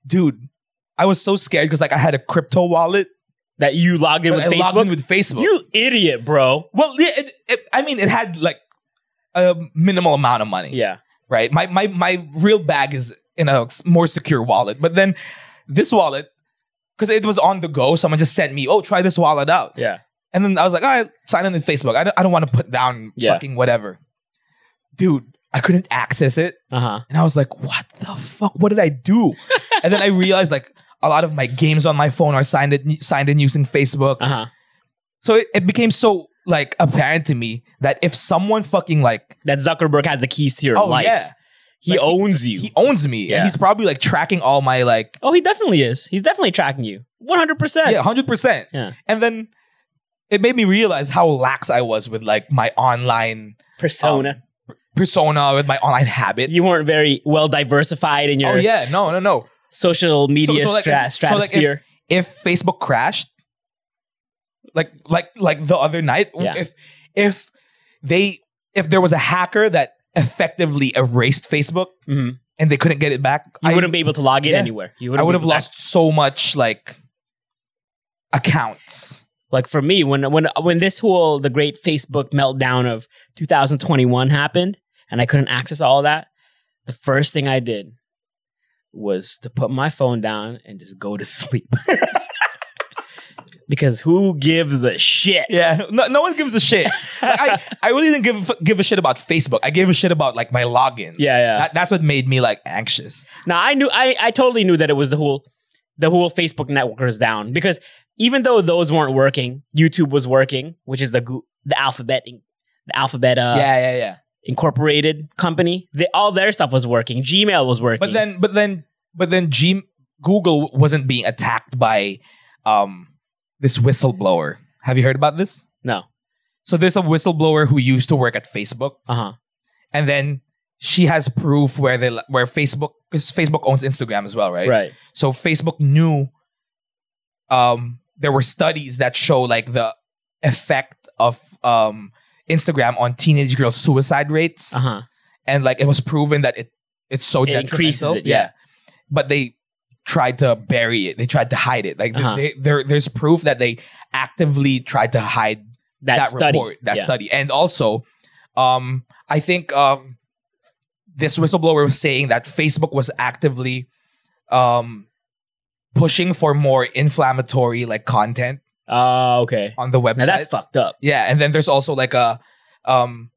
[SPEAKER 2] Dude, I was so scared because like I had a crypto wallet.
[SPEAKER 1] That you logged in
[SPEAKER 2] but
[SPEAKER 1] with
[SPEAKER 2] I logged
[SPEAKER 1] Facebook.
[SPEAKER 2] in with Facebook.
[SPEAKER 1] you idiot, bro.
[SPEAKER 2] well, yeah, it, it, I mean, it had like a minimal amount of money,
[SPEAKER 1] Yeah.
[SPEAKER 2] right? My my my real bag is in a s- more secure wallet, but then this wallet, because it was on the go, someone just sent me, "Oh, try this wallet out."
[SPEAKER 1] Yeah.
[SPEAKER 2] And then I was like, all right, sign in to Facebook. I don't, I don't want to put down
[SPEAKER 1] Yeah.
[SPEAKER 2] fucking whatever. Dude, I couldn't access it.
[SPEAKER 1] Uh huh.
[SPEAKER 2] And I was like, what the fuck? What did I
[SPEAKER 1] [LAUGHS]
[SPEAKER 2] do? and then I realized like a lot of my games on my phone are signed in, signed in using Facebook.
[SPEAKER 1] Uh huh.
[SPEAKER 2] So it, it became so like apparent to me that if someone fucking like,
[SPEAKER 1] That Zuckerberg has the keys to your
[SPEAKER 2] oh
[SPEAKER 1] life.
[SPEAKER 2] yeah,
[SPEAKER 1] He
[SPEAKER 2] Like, he-
[SPEAKER 1] owns you.
[SPEAKER 2] he owns me.
[SPEAKER 1] Yeah.
[SPEAKER 2] And he's probably like tracking all my like,
[SPEAKER 1] oh, he definitely is. He's definitely tracking you. One hundred percent.
[SPEAKER 2] yeah, 100%.
[SPEAKER 1] Yeah.
[SPEAKER 2] And then it made me realize how lax I was with like my online um,
[SPEAKER 1] Persona.
[SPEAKER 2] persona, with my online habits.
[SPEAKER 1] you weren't very well diversified in your
[SPEAKER 2] Oh yeah, no, no, no.
[SPEAKER 1] social media
[SPEAKER 2] So- so, like,
[SPEAKER 1] stra-
[SPEAKER 2] if- so, like, if-
[SPEAKER 1] stratosphere.
[SPEAKER 2] If Facebook crashed, like like like the other night,
[SPEAKER 1] Yeah.
[SPEAKER 2] if if they if there was a hacker that effectively erased Facebook
[SPEAKER 1] Mhm.
[SPEAKER 2] and they couldn't get it back,
[SPEAKER 1] You
[SPEAKER 2] I
[SPEAKER 1] wouldn't be able to log in
[SPEAKER 2] Yeah.
[SPEAKER 1] anywhere. You
[SPEAKER 2] I
[SPEAKER 1] wouldn't
[SPEAKER 2] would
[SPEAKER 1] be
[SPEAKER 2] have
[SPEAKER 1] able to
[SPEAKER 2] lost so much like accounts.
[SPEAKER 1] like for me when when when this whole the great facebook meltdown of 2021 happened and i couldn't access all of that the first thing i did [LAUGHS] was to put my phone down and just go to sleep because who gives a shit?
[SPEAKER 2] Yeah, no, no one gives a shit. Like, I, I really didn't give give a shit about Facebook. I gave a shit about like my login.
[SPEAKER 1] [LAUGHS] Yeah, yeah.
[SPEAKER 2] That, that's what made me like anxious.
[SPEAKER 1] Now I knew I, I totally knew that it was the whole the whole Facebook network was down because even though those weren't working, YouTube was working, which is the goo- the alphabet the alphabet uh,
[SPEAKER 2] yeah, yeah, yeah.
[SPEAKER 1] incorporated company. They, all their stuff was working. Gmail was working.
[SPEAKER 2] But then, but then, but then, G- Google wasn't being attacked by um, this whistleblower. Have you heard about this?
[SPEAKER 1] no,
[SPEAKER 2] So there's a whistleblower who used to work at Facebook,
[SPEAKER 1] uh huh.
[SPEAKER 2] and then she has proof where they where Facebook because Facebook owns Instagram as well, right?
[SPEAKER 1] Right.
[SPEAKER 2] So Facebook knew um, there were studies that show like the effect of um, Instagram on teenage girls' suicide rates,
[SPEAKER 1] Uh huh.
[SPEAKER 2] and like it was proven that it it's so
[SPEAKER 1] It increases
[SPEAKER 2] detrimental.
[SPEAKER 1] it, yeah.
[SPEAKER 2] but they tried to bury it. They tried to hide it. Like th-
[SPEAKER 1] Uh-huh.
[SPEAKER 2] they, there, there's proof that they actively tried to hide
[SPEAKER 1] That, study.
[SPEAKER 2] report, that
[SPEAKER 1] Yeah.
[SPEAKER 2] study, and also, um, I think um, this whistleblower was saying that Facebook was actively um, pushing for more inflammatory like content
[SPEAKER 1] Oh, okay.
[SPEAKER 2] on the website.
[SPEAKER 1] Now that's fucked up.
[SPEAKER 2] Yeah, and then there's also like a, um,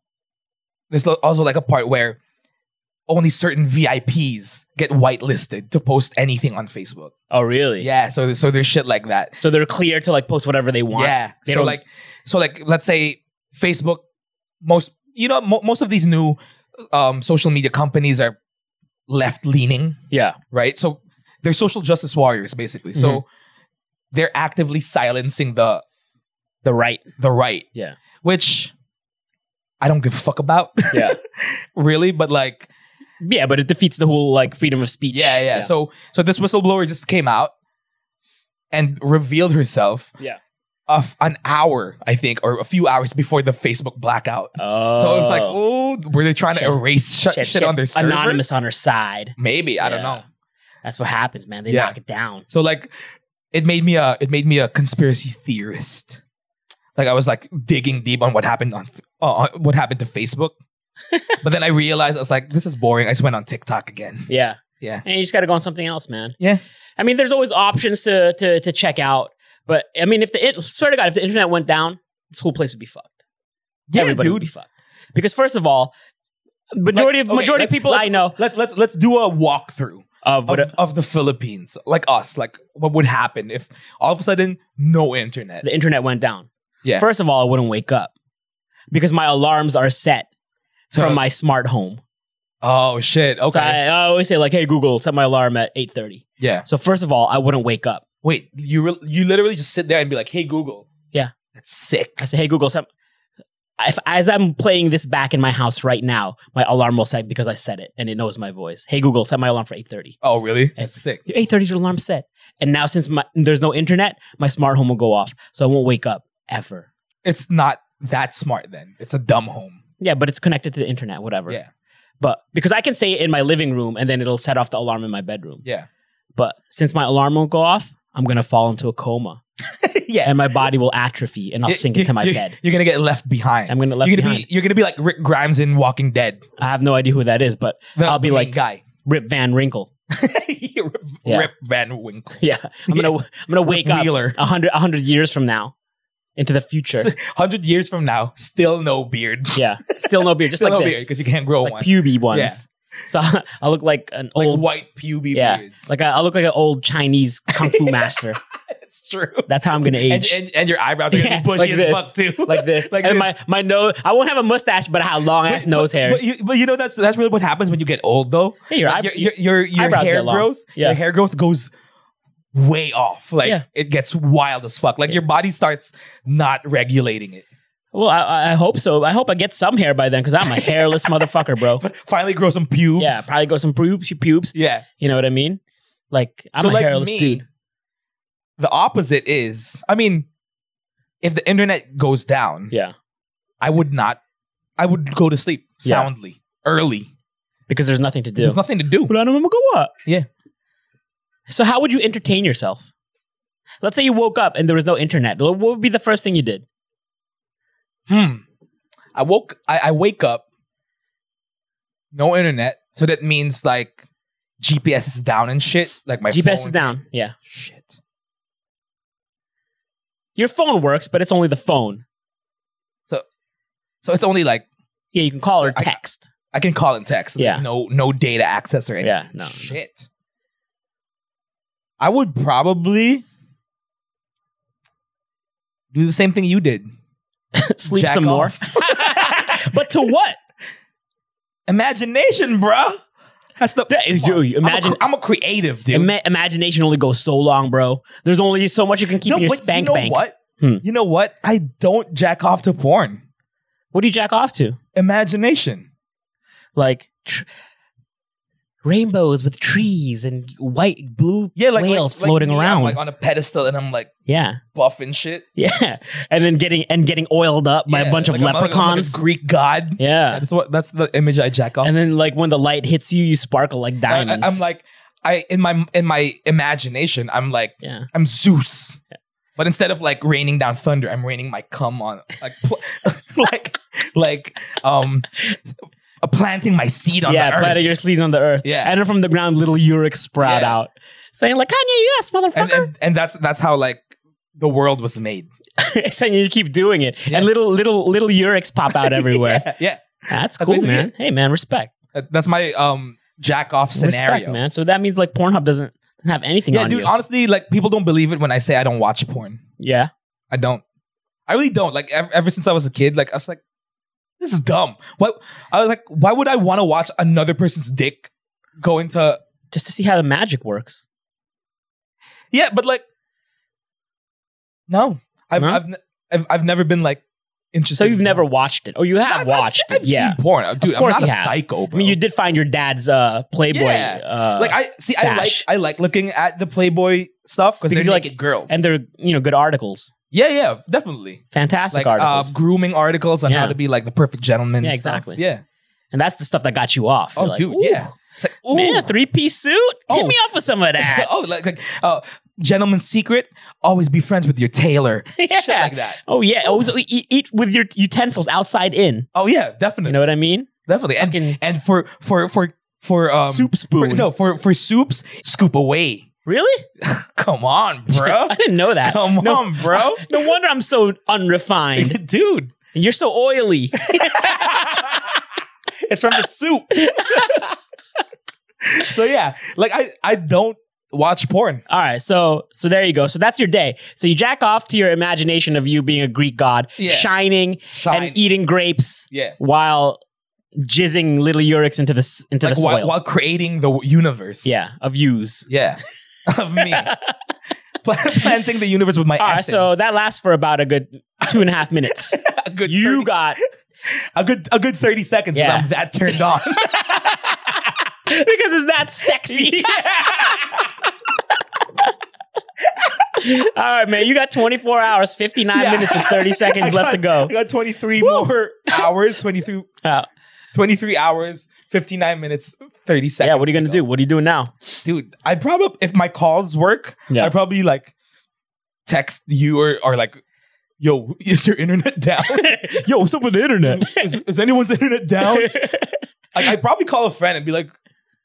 [SPEAKER 2] there's lo- also like a part where only certain VIPs get whitelisted to post anything on Facebook.
[SPEAKER 1] Oh, really?
[SPEAKER 2] Yeah, so so there's shit like that.
[SPEAKER 1] So they're clear to like post whatever they want.
[SPEAKER 2] Yeah.
[SPEAKER 1] They
[SPEAKER 2] so
[SPEAKER 1] don't-
[SPEAKER 2] like, so like, let's say Facebook. Most you know, mo- most of these new um, social media companies are left leaning,
[SPEAKER 1] Yeah.
[SPEAKER 2] right? So they're social justice warriors, basically. So they're actively silencing the
[SPEAKER 1] The
[SPEAKER 2] [LAUGHS]
[SPEAKER 1] right.
[SPEAKER 2] the right,
[SPEAKER 1] Yeah.
[SPEAKER 2] which I don't give a fuck about, [LAUGHS]
[SPEAKER 1] Yeah.
[SPEAKER 2] really. But like,
[SPEAKER 1] yeah, but it defeats the whole like freedom of speech.
[SPEAKER 2] yeah, yeah. So so this whistleblower just came out and revealed herself.
[SPEAKER 1] Yeah.
[SPEAKER 2] Of an hour, I think, or a few hours before the Facebook blackout.
[SPEAKER 1] oh.
[SPEAKER 2] So it's like, oh, were they trying
[SPEAKER 1] Shit.
[SPEAKER 2] to erase sh- shit, on their server?
[SPEAKER 1] Anonymous on her side.
[SPEAKER 2] Maybe I don't
[SPEAKER 1] Yeah.
[SPEAKER 2] know.
[SPEAKER 1] That's what happens, man. They
[SPEAKER 2] Yeah.
[SPEAKER 1] knock it down.
[SPEAKER 2] So like, it made me a it made me a conspiracy theorist. Like I was like digging deep on what happened on f- uh, on what happened to
[SPEAKER 1] [LAUGHS]
[SPEAKER 2] Facebook, but then I realized I was like, this is boring. I just went on TikTok again.
[SPEAKER 1] Yeah.
[SPEAKER 2] Yeah.
[SPEAKER 1] And you just got to go on something else, man.
[SPEAKER 2] Yeah.
[SPEAKER 1] I mean, there's always options to to to check out, but I mean, if the it, swear to God, if the internet went down, this whole place would be fucked. Everybody would be fucked. Because first of all, majority
[SPEAKER 2] Like,
[SPEAKER 1] of
[SPEAKER 2] okay,
[SPEAKER 1] majority of
[SPEAKER 2] let's-
[SPEAKER 1] people
[SPEAKER 2] let's-
[SPEAKER 1] I know
[SPEAKER 2] Let's let's let's do a walkthrough
[SPEAKER 1] of
[SPEAKER 2] of,
[SPEAKER 1] what
[SPEAKER 2] of the Philippines, like us. Like what would happen if all of a sudden no internet?
[SPEAKER 1] the internet went down.
[SPEAKER 2] Yeah.
[SPEAKER 1] First of all, I wouldn't wake up because my alarms are set
[SPEAKER 2] So-
[SPEAKER 1] from my smart home.
[SPEAKER 2] Oh shit! Okay,
[SPEAKER 1] So I, I always say like, "Hey Google, set my alarm at 8:30."
[SPEAKER 2] yeah.
[SPEAKER 1] So first of all, I wouldn't wake up.
[SPEAKER 2] Wait, you re- you literally just sit there and be like, "Hey Google."
[SPEAKER 1] Yeah.
[SPEAKER 2] That's sick.
[SPEAKER 1] I say, "Hey Google, set." If, as I'm playing this back in my house right now, my alarm will set because I set it and it knows my voice. Hey Google, set my alarm for 8:30.
[SPEAKER 2] Oh, really?
[SPEAKER 1] That's
[SPEAKER 2] sick.
[SPEAKER 1] Your 8:30 is your alarm set. And now since my, there's no internet, my smart home will go off, so I won't wake up ever.
[SPEAKER 2] It's not that smart then. It's a dumb home.
[SPEAKER 1] Yeah, but it's connected to the internet, whatever.
[SPEAKER 2] Yeah.
[SPEAKER 1] But because I can say it in my living room and then it'll set off the alarm in my bedroom. [LAUGHS]
[SPEAKER 2] Yeah.
[SPEAKER 1] But since my alarm won't go off, I'm gonna fall into a coma
[SPEAKER 2] yeah.
[SPEAKER 1] and my body will
[SPEAKER 2] [LAUGHS]
[SPEAKER 1] atrophy and I'll
[SPEAKER 2] You-
[SPEAKER 1] sink
[SPEAKER 2] you-
[SPEAKER 1] into my
[SPEAKER 2] you-
[SPEAKER 1] bed.
[SPEAKER 2] You're gonna get left behind.
[SPEAKER 1] I'm gonna left
[SPEAKER 2] you're gonna
[SPEAKER 1] behind.
[SPEAKER 2] be you're gonna be like Rick Grimes in Walking Dead.
[SPEAKER 1] I have no idea who that is, but
[SPEAKER 2] The-
[SPEAKER 1] I'll be
[SPEAKER 2] the main
[SPEAKER 1] like-
[SPEAKER 2] guy. [LAUGHS]
[SPEAKER 1] Rip Van Winkle.
[SPEAKER 2] Rip,
[SPEAKER 1] Yeah.
[SPEAKER 2] Rip Van Winkle.
[SPEAKER 1] [LAUGHS] Yeah, I'm gonna I'm gonna wake up
[SPEAKER 2] Wheeler.
[SPEAKER 1] a hundred a hundred years from now into the
[SPEAKER 2] [LAUGHS]
[SPEAKER 1] future.
[SPEAKER 2] Hundred years from now, still no beard.
[SPEAKER 1] yeah, still no beard, just
[SPEAKER 2] still
[SPEAKER 1] like
[SPEAKER 2] no
[SPEAKER 1] this,
[SPEAKER 2] beard because you can't grow
[SPEAKER 1] like
[SPEAKER 2] one.
[SPEAKER 1] puby ones.
[SPEAKER 2] Yeah.
[SPEAKER 1] So [LAUGHS] I look like an
[SPEAKER 2] like
[SPEAKER 1] old
[SPEAKER 2] white puby
[SPEAKER 1] yeah,
[SPEAKER 2] beards.
[SPEAKER 1] like I I look like an old Chinese kung
[SPEAKER 2] [LAUGHS]
[SPEAKER 1] fu master.
[SPEAKER 2] it's true.
[SPEAKER 1] That's how I'm gonna
[SPEAKER 2] And,
[SPEAKER 1] age.
[SPEAKER 2] and, and your eyebrows are
[SPEAKER 1] Yeah,
[SPEAKER 2] gonna be bushy
[SPEAKER 1] like
[SPEAKER 2] as
[SPEAKER 1] this.
[SPEAKER 2] fuck too.
[SPEAKER 1] [LAUGHS] like this,
[SPEAKER 2] like
[SPEAKER 1] and
[SPEAKER 2] this.
[SPEAKER 1] my my nose. I won't have a mustache, but I have long ass
[SPEAKER 2] But-
[SPEAKER 1] nose
[SPEAKER 2] but-
[SPEAKER 1] hairs.
[SPEAKER 2] But you, but you know that's that's really what happens when you get old, though.
[SPEAKER 1] Yeah, your
[SPEAKER 2] Like,
[SPEAKER 1] eye-
[SPEAKER 2] your your, your, your
[SPEAKER 1] eyebrows
[SPEAKER 2] hair
[SPEAKER 1] get long.
[SPEAKER 2] growth,
[SPEAKER 1] Yeah.
[SPEAKER 2] your hair growth goes way off. Like
[SPEAKER 1] Yeah.
[SPEAKER 2] it gets wild as fuck. Like your body starts not regulating it.
[SPEAKER 1] well, I- I, I hope so. I hope I get some hair by then because I'm a hairless motherfucker,
[SPEAKER 2] [LAUGHS]
[SPEAKER 1] bro.
[SPEAKER 2] Finally, grow some pubes.
[SPEAKER 1] Yeah, probably go some pubes, pubes.
[SPEAKER 2] yeah.
[SPEAKER 1] You know what I mean? Like I'm
[SPEAKER 2] So
[SPEAKER 1] a
[SPEAKER 2] like
[SPEAKER 1] hairless
[SPEAKER 2] me,
[SPEAKER 1] dude.
[SPEAKER 2] The opposite is, I mean, if the internet goes down,
[SPEAKER 1] Yeah,
[SPEAKER 2] I would not. I would go to sleep
[SPEAKER 1] Yeah.
[SPEAKER 2] soundly, early.
[SPEAKER 1] because there's nothing to do.
[SPEAKER 2] There's nothing to do.
[SPEAKER 1] Wala namang magawa.
[SPEAKER 2] Yeah.
[SPEAKER 1] So how would you entertain yourself? Let's say you woke up and there was no internet. What would be the first thing you did?
[SPEAKER 2] hmm. I woke. I, I wake up. No internet, so that means like GPS is down and shit. Like my
[SPEAKER 1] GPS is
[SPEAKER 2] phone-
[SPEAKER 1] down. Yeah.
[SPEAKER 2] Shit.
[SPEAKER 1] Your phone works, but it's only the phone.
[SPEAKER 2] So it's only like
[SPEAKER 1] Yeah, you can call or
[SPEAKER 2] I-
[SPEAKER 1] text.
[SPEAKER 2] I can call and text.
[SPEAKER 1] Yeah.
[SPEAKER 2] No no data access or anything.
[SPEAKER 1] Yeah,
[SPEAKER 2] [LAUGHS]
[SPEAKER 1] no.
[SPEAKER 2] Shit. I would probably do the same thing you did.
[SPEAKER 1] Sleep
[SPEAKER 2] Jack
[SPEAKER 1] some
[SPEAKER 2] off.
[SPEAKER 1] more. [LAUGHS] but to what?
[SPEAKER 2] Imagination, bruh. That's the
[SPEAKER 1] That is-
[SPEAKER 2] Come on.
[SPEAKER 1] dude,
[SPEAKER 2] I'm a
[SPEAKER 1] imagine-
[SPEAKER 2] cr- I'm a, creative, dude.
[SPEAKER 1] Ima- imagination only goes so long, bro. There's only so much you can keep
[SPEAKER 2] No,
[SPEAKER 1] in your
[SPEAKER 2] but
[SPEAKER 1] spank
[SPEAKER 2] you know
[SPEAKER 1] bank. What?
[SPEAKER 2] what?
[SPEAKER 1] Hmm.
[SPEAKER 2] You know what? I don't jack off to porn.
[SPEAKER 1] do you jack off to?
[SPEAKER 2] Imagination.
[SPEAKER 1] Like tr- rainbows with trees and white, blue
[SPEAKER 2] Yeah, like
[SPEAKER 1] whales
[SPEAKER 2] like- like
[SPEAKER 1] floating
[SPEAKER 2] me, I'm,
[SPEAKER 1] around.
[SPEAKER 2] like on a pedestal, and I'm like
[SPEAKER 1] yeah, [LAUGHS]
[SPEAKER 2] buff and shit
[SPEAKER 1] yeah, and then getting and getting oiled up by
[SPEAKER 2] Yeah,
[SPEAKER 1] a bunch of
[SPEAKER 2] like I'm like- I'm like a
[SPEAKER 1] leprechauns.
[SPEAKER 2] Greek god.
[SPEAKER 1] yeah,
[SPEAKER 2] That's what. That's the image I jack off.
[SPEAKER 1] and then like when the light hits you, you sparkle like
[SPEAKER 2] I- I,
[SPEAKER 1] diamonds.
[SPEAKER 2] am like, I in my in my imagination, I'm like,
[SPEAKER 1] yeah,
[SPEAKER 2] I'm Zeus, but instead of like raining down thunder, I'm raining my cum on, like, pl- [LAUGHS] like, like, um, uh, planting my seed on
[SPEAKER 1] yeah,
[SPEAKER 2] the earth.
[SPEAKER 1] planted your sleeves on the earth.
[SPEAKER 2] Yeah.
[SPEAKER 1] and then from the ground, little Uric sprout
[SPEAKER 2] Yeah.
[SPEAKER 1] out, saying like Kanye West, motherfucker. [LAUGHS]
[SPEAKER 2] and, and and that's that's how like the world was made.
[SPEAKER 1] and you keep doing it,
[SPEAKER 2] Yeah.
[SPEAKER 1] and little little little Urics pop out everywhere.
[SPEAKER 2] [LAUGHS] Yeah, yeah. That's
[SPEAKER 1] That's cool,
[SPEAKER 2] basically
[SPEAKER 1] man. Hey, man, respect.
[SPEAKER 2] That- that's my um jack off scenario.
[SPEAKER 1] Respect, man. So that means like Pornhub doesn't, doesn't have anything
[SPEAKER 2] Yeah,
[SPEAKER 1] on
[SPEAKER 2] dude.
[SPEAKER 1] you.
[SPEAKER 2] Honestly, like people don't believe it when I say I don't watch porn.
[SPEAKER 1] yeah,
[SPEAKER 2] I don't. I really don't. Like ever, ever since I was a kid, like I was like, this is dumb. What I was like, why would I want to watch another person's dick go into?
[SPEAKER 1] just to see how the magic works.
[SPEAKER 2] Yeah, but like, no, I've
[SPEAKER 1] No?
[SPEAKER 2] I've, ne- I've I've never been like interested.
[SPEAKER 1] So you've
[SPEAKER 2] in
[SPEAKER 1] never
[SPEAKER 2] porn.
[SPEAKER 1] watched it, or you have
[SPEAKER 2] I've-
[SPEAKER 1] watched
[SPEAKER 2] I've,
[SPEAKER 1] it?
[SPEAKER 2] I've
[SPEAKER 1] yeah.
[SPEAKER 2] seen porn, dude.
[SPEAKER 1] course
[SPEAKER 2] I'm
[SPEAKER 1] you
[SPEAKER 2] not a
[SPEAKER 1] have.
[SPEAKER 2] psycho,
[SPEAKER 1] I
[SPEAKER 2] bro.
[SPEAKER 1] mean, you did find your dad's uh, Playboy.
[SPEAKER 2] Yeah.
[SPEAKER 1] Uh,
[SPEAKER 2] like I see. I like
[SPEAKER 1] stash.
[SPEAKER 2] I like looking at the Playboy stuff because
[SPEAKER 1] Because
[SPEAKER 2] they're
[SPEAKER 1] you like-
[SPEAKER 2] like girls.
[SPEAKER 1] and they're you know good articles,
[SPEAKER 2] yeah, yeah, definitely.
[SPEAKER 1] fantastic
[SPEAKER 2] Like uh,
[SPEAKER 1] articles,
[SPEAKER 2] grooming articles on
[SPEAKER 1] Yeah.
[SPEAKER 2] how to be like the perfect gentleman.
[SPEAKER 1] Yeah,
[SPEAKER 2] and stuff.
[SPEAKER 1] exactly.
[SPEAKER 2] Yeah.
[SPEAKER 1] and that's the stuff that got you off. You're
[SPEAKER 2] Oh,
[SPEAKER 1] like,
[SPEAKER 2] dude.
[SPEAKER 1] "Ooh,
[SPEAKER 2] Yeah. It's like, ooh.
[SPEAKER 1] man, a three piece suit. Hit
[SPEAKER 2] Oh.
[SPEAKER 1] me up with some of that.
[SPEAKER 2] [LAUGHS] oh, like, like uh, gentleman's secret: always be friends with your
[SPEAKER 1] [LAUGHS]
[SPEAKER 2] tailor.
[SPEAKER 1] Yeah.
[SPEAKER 2] Shit like that.
[SPEAKER 1] Oh yeah, always eat, eat with your utensils outside in.
[SPEAKER 2] Oh yeah, definitely,
[SPEAKER 1] You know what I mean?
[SPEAKER 2] definitely. And
[SPEAKER 1] Fucking
[SPEAKER 2] and for for for for um
[SPEAKER 1] soup
[SPEAKER 2] for-
[SPEAKER 1] spoon.
[SPEAKER 2] no for for soups, scoop away.
[SPEAKER 1] really,
[SPEAKER 2] Come
[SPEAKER 1] [LAUGHS]
[SPEAKER 2] on, [LAUGHS] bro.
[SPEAKER 1] I didn't know that.
[SPEAKER 2] Come
[SPEAKER 1] No.
[SPEAKER 2] on, bro.
[SPEAKER 1] No wonder I'm so
[SPEAKER 2] [LAUGHS]
[SPEAKER 1] unrefined.
[SPEAKER 2] Dude,
[SPEAKER 1] You're so oily.
[SPEAKER 2] [LAUGHS]
[SPEAKER 1] [LAUGHS]
[SPEAKER 2] it's from the soup. so yeah, like I I don't watch porn.
[SPEAKER 1] All right, so so there you go. So that's your day. So you jack off to your imagination of you being a Greek god,
[SPEAKER 2] Yeah.
[SPEAKER 1] shining
[SPEAKER 2] Shine.
[SPEAKER 1] and eating grapes
[SPEAKER 2] yeah.
[SPEAKER 1] while jizzing little Eurics into the s- into
[SPEAKER 2] Like
[SPEAKER 1] the soil.
[SPEAKER 2] while, while creating the universe.
[SPEAKER 1] Yeah, of yous.
[SPEAKER 2] Yeah. [LAUGHS] of
[SPEAKER 1] [LAUGHS]
[SPEAKER 2] me. Pla- Planting the universe with my
[SPEAKER 1] All right,
[SPEAKER 2] essence.
[SPEAKER 1] so that lasts for about a good two and a half minutes.
[SPEAKER 2] a [LAUGHS] good
[SPEAKER 1] you
[SPEAKER 2] 30
[SPEAKER 1] got
[SPEAKER 2] a good a good 30 seconds
[SPEAKER 1] Yeah.
[SPEAKER 2] because I'm that turned
[SPEAKER 1] [LAUGHS]
[SPEAKER 2] on.
[SPEAKER 1] because it's that sexy.
[SPEAKER 2] [LAUGHS]
[SPEAKER 1] [LAUGHS] All right, man. You got 24 hours, 59
[SPEAKER 2] Yeah.
[SPEAKER 1] minutes, and
[SPEAKER 2] [LAUGHS]
[SPEAKER 1] 30
[SPEAKER 2] I
[SPEAKER 1] seconds
[SPEAKER 2] got-
[SPEAKER 1] left to go.
[SPEAKER 2] I got 23 more hours,
[SPEAKER 1] [LAUGHS]
[SPEAKER 2] 23,
[SPEAKER 1] Uh,
[SPEAKER 2] 23 hours, 59 minutes, 30 seconds.
[SPEAKER 1] yeah, what are you gonna do? What are you doing now?
[SPEAKER 2] do? Dude, I'd probably if my calls work,
[SPEAKER 1] Yeah.
[SPEAKER 2] I'd probably like text you or or like Yo, [LAUGHS] is your internet down?
[SPEAKER 1] [LAUGHS] Yo, what's up with the internet?
[SPEAKER 2] is, is anyone's internet
[SPEAKER 1] [LAUGHS]
[SPEAKER 2] down? Like, I'd probably call a friend and be like,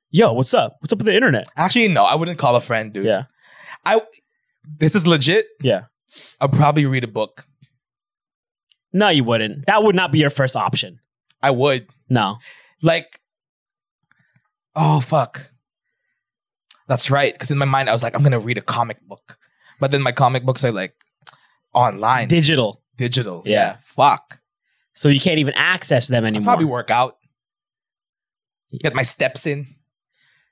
[SPEAKER 1] Yo, what's up? What's up with the internet?
[SPEAKER 2] actually, no, I wouldn't call a friend, dude.
[SPEAKER 1] Yeah.
[SPEAKER 2] I this is legit.
[SPEAKER 1] Yeah.
[SPEAKER 2] I'll probably read a book.
[SPEAKER 1] No, you wouldn't. That would not be your first option.
[SPEAKER 2] I would.
[SPEAKER 1] No.
[SPEAKER 2] like oh fuck that's right because in my mind i was like i'm gonna read a comic book but then my comic books are like online
[SPEAKER 1] Digital.
[SPEAKER 2] digital
[SPEAKER 1] Yeah.
[SPEAKER 2] fuck
[SPEAKER 1] So you can't even access them
[SPEAKER 2] i
[SPEAKER 1] anymore.
[SPEAKER 2] probably work out get my steps in